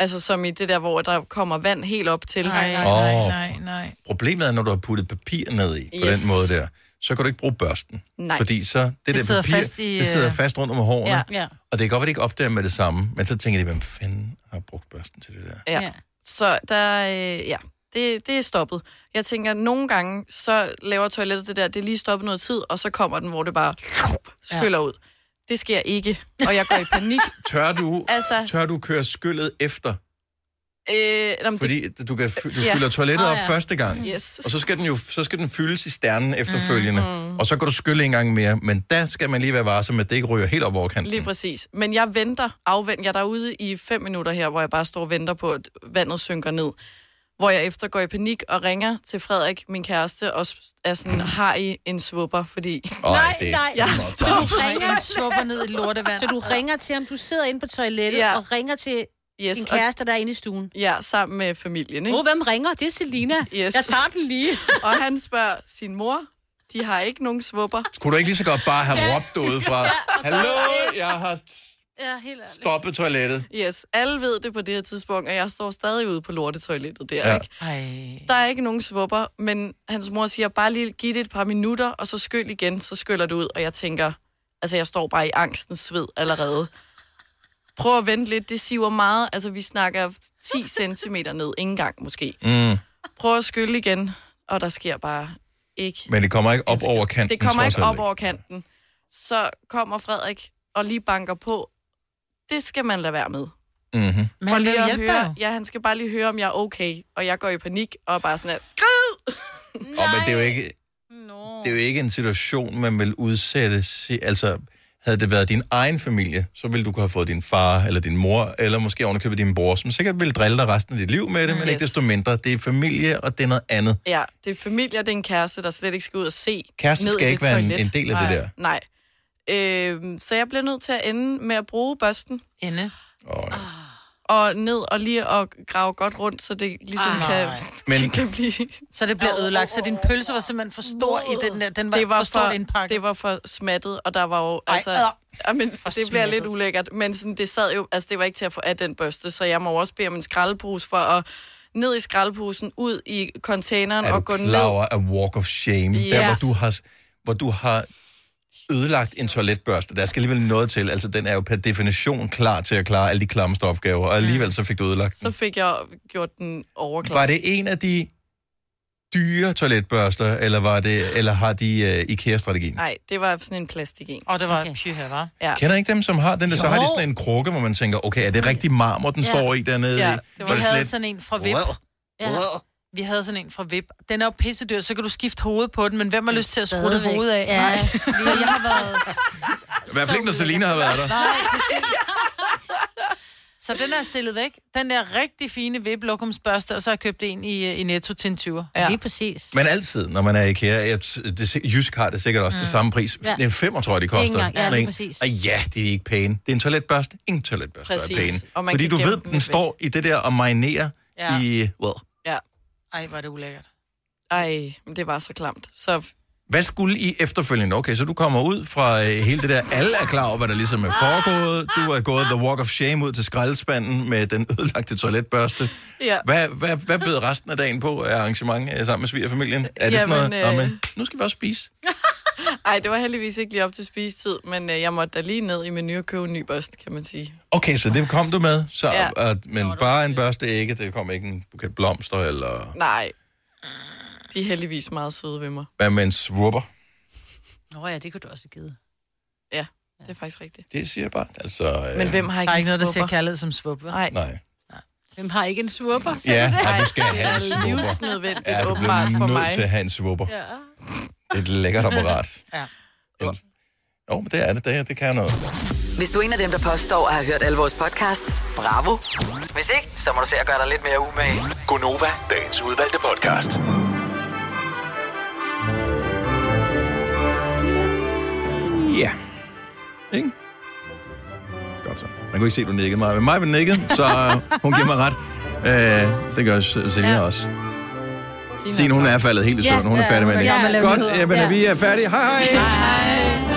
Altså, som i det der, hvor der kommer vand helt op til. Nej, nej, Åh, nej, nej, nej. Problemet er, når du har puttet papir ned i, på Yes. den måde der, så kan du ikke bruge børsten. Nej. Fordi så det, Det der sidder papir, fast i, det sidder øh, fast rundt om hårene. Ja. Ja. Og det kan godt være, det ikke opdager med det samme, men så tænker de, hvem fanden har brugt børsten til det der? Ja. ja. Så der, øh, ja, det, det er stoppet. Jeg tænker, nogle gange, så laver toilettet det der, det er lige stoppet noget tid, og så kommer den, hvor det bare skyller ja. ud. Det (laughs) sker ikke, og jeg går i panik. Tør du, Altså- tør du køre skyllet efter? Øh, nå, men Fordi det, du, kan, fy- du Ja. fylder toilettet Åh, op ja. Mm. første gang, Yes. og så skal, den jo, så skal den fyldes i sternen efterfølgende, Mm, mm. og så kan du skylle en gang mere, men der skal man lige være varsom, med, at det ikke ryger helt op over kanten. lige præcis. Men jeg venter, afventer. Jeg er derude i fem minutter her, hvor jeg bare står og venter på, at vandet synker ned. Hvor jeg efter går i panik og ringer til Frederik, min kæreste, og s- er sådan, har I en svupper? Fordi... Nej, det er nej. jeg fandme stod også og tavs. ringer. Man svupper ned i lortevand. Så du ringer til ham, du sidder inde på toilettet ja. og ringer til yes, din kæreste, der er inde i stuen. Ja, sammen med familien, ikke? Åh, oh, hvem ringer? Det er Selina. Yes. Jeg tager den lige. (laughs) og han spørger sin mor, de har ikke nogen svupper. Kunne du ikke lige så godt bare have råbt ud (laughs) fra, Hallo, jeg har Ja, helt ærligt. stoppet toilettet. Yes, alle ved det på det her tidspunkt, og jeg står stadig ude på lortetoilettet der, Ja. ja. ikke? Der er ikke nogen svupper, men hans mor siger, bare lige giv det et par minutter, og så skyld igen, så skyller det ud, og jeg tænker, altså jeg står bare i angstens sved allerede. Prøv at vente lidt, det siver meget, altså vi snakker 10 cm ned, ingen gang måske. Mm. Prøv at skylle igen, og der sker bare ikke Men det kommer ikke op over kanten, det kommer trods ikke alt op over kanten. Så kommer Frederik og lige banker på. Det skal man lade være med. Mhm. Men For han vil lige at hjælpe høre, dig. Ja, han skal bare lige høre, om jeg er okay. Og jeg går i panik og er bare sådan her, Og men det er jo ikke... No. Det er jo ikke en situation, man vil udsætte... si- Altså, havde det været din egen familie, så ville du kunne have fået din far eller din mor, eller måske ovenikøbet din bror, som sikkert ville drille dig resten af dit liv med det, Mm. men ikke Yes. desto mindre. Det er familie, og det er noget andet. Ja, det er familie, og det er en kæreste, der slet ikke skal ud og se. Kæresten ned skal i ikke det være en- toilet. en del af det Nej, der. Nej. Øhm, så jeg bliver nødt til at ende med at bruge børsten. Ende. Oh, ja. Og ned og lige at grave godt rundt, så det ligesom Ah, kan... nej. Men (laughs) kan blive... Så det bliver ødelagt, så din pølse var simpelthen for stor i den der, den var, det var for stort for, indpakket. det var for smattet, og der var jo, Ej, øh. altså, ad. ja, men, For det bliver smattet. lidt ulækkert, men sådan, det sad jo, altså det var ikke til at få af den børste, så jeg må jo også bede om en skraldepose for at ned i skraldeposen, ud i containeren Er og gå du ned. klar over at walk of shame? Yes. Der, Ja. hvor du, har, hvor du har ødelagt en toiletbørste. Der skal alligevel noget til. Altså, den er jo per definition klar til at klare alle de klammeste opgaver, og alligevel så fik du ødelagt den. Så fik jeg gjort den overklar. Var det en af de dyre toiletbørster, eller, var det, eller har de uh, IKEA-strategien? Nej, det var sådan en plastik en. Og det var okay. pyha, var? Ja. Kender I ikke dem, som har den der? Så Jo. har de sådan en krukke, hvor man tænker, okay, er det rigtig marmor, den Ja. står i dernede? i? Ja, Var vi havde slet- sådan en fra VIP. Wow. Ja. Wow. Vi havde sådan en fra VIP. Den er jo pissedyr, så kan du skifte hovedet på den, men hvem har lyst til at skrue det stadigvæk. hovedet af? Ja. Nej. Så jeg har (laughs) været... I hvert fald ikke, når Selina har været der. Nej, præcis. Så den er stillet væk. Den er rigtig fine vip lokumsbørste, og så har jeg købt en i, øh, i Netto til en 20. Ja. Lige præcis. Men altid, når man er i IKEA, jeg, det, se- Jysk har det sikkert også mm. til samme pris. Ja. Ja. Det er femmer, tror jeg, det Det er koster. ikke engang- ja, Sådan lige en. præcis. Og ja, det er ikke pæne. Det er en toiletbørste. Ingen toiletbørste er Præcis. pæne. Og man Fordi kan du gemme ved, den den lidt står i det der og marinerer Ja. ja. i... Well. Ja. Ej, var det ulækkert. Ej, men det var så klamt. Så Hvad skulle I efterfølgende? Okay, så du kommer ud fra øh, hele det der. Alle er klar over, hvad der ligesom er foregået. Du er gået the walk of shame ud til skraldespanden med den ødelagte toiletbørste. Ja. Hvad, hvad, hvad bød resten af dagen på af arrangement øh, sammen med svigerfamilien? Er det sådan Jamen, noget? Nå, øh, men, nu skal vi også spise. (laughs) Ej, det var heldigvis ikke lige op til spisetid, men øh, jeg måtte da lige ned i menu og købe en ny børste, kan man sige. Okay, så det kom du med, så, Ja. ja. at, men bare en børste ikke, det kom ikke en buket blomster, eller Nej. De er heldigvis meget søde ved mig. hvad med en svupper. Nå ja, det kunne du også have givet. Ja, det er faktisk rigtigt. Det siger jeg bare. Altså, øh, Men hvem har ikke Der er en ikke noget, der svupper? ser kærlighed som svup, vel? Nej. Nej. Hvem har ikke en svupper? Ja, og Nej, du skal have en svupper. livsnødvendigt, ja, du åbenbart, bliver for nødt mig. til at have en svupper. Ja. Et lækkert (laughs) apparat. Ja. En... Jo, men det er det, det, er- det kan noget. Hvis du er en af dem, der påstår at have hørt alle vores podcasts, bravo. Hvis ikke, så må du se at gøre dig lidt mere umage. Gonova, dagens udvalgte podcast. Ja. Ikke? Godt så. Man kunne ikke se, du nikkede mig, men mig vil nikkede, så hun giver mig ret. Øh, det gør Selina ja. også. Signe, hun er faldet helt i søvn. Hun er færdig med det. Godt, jamen, vi er færdige. Hej hej. Hej.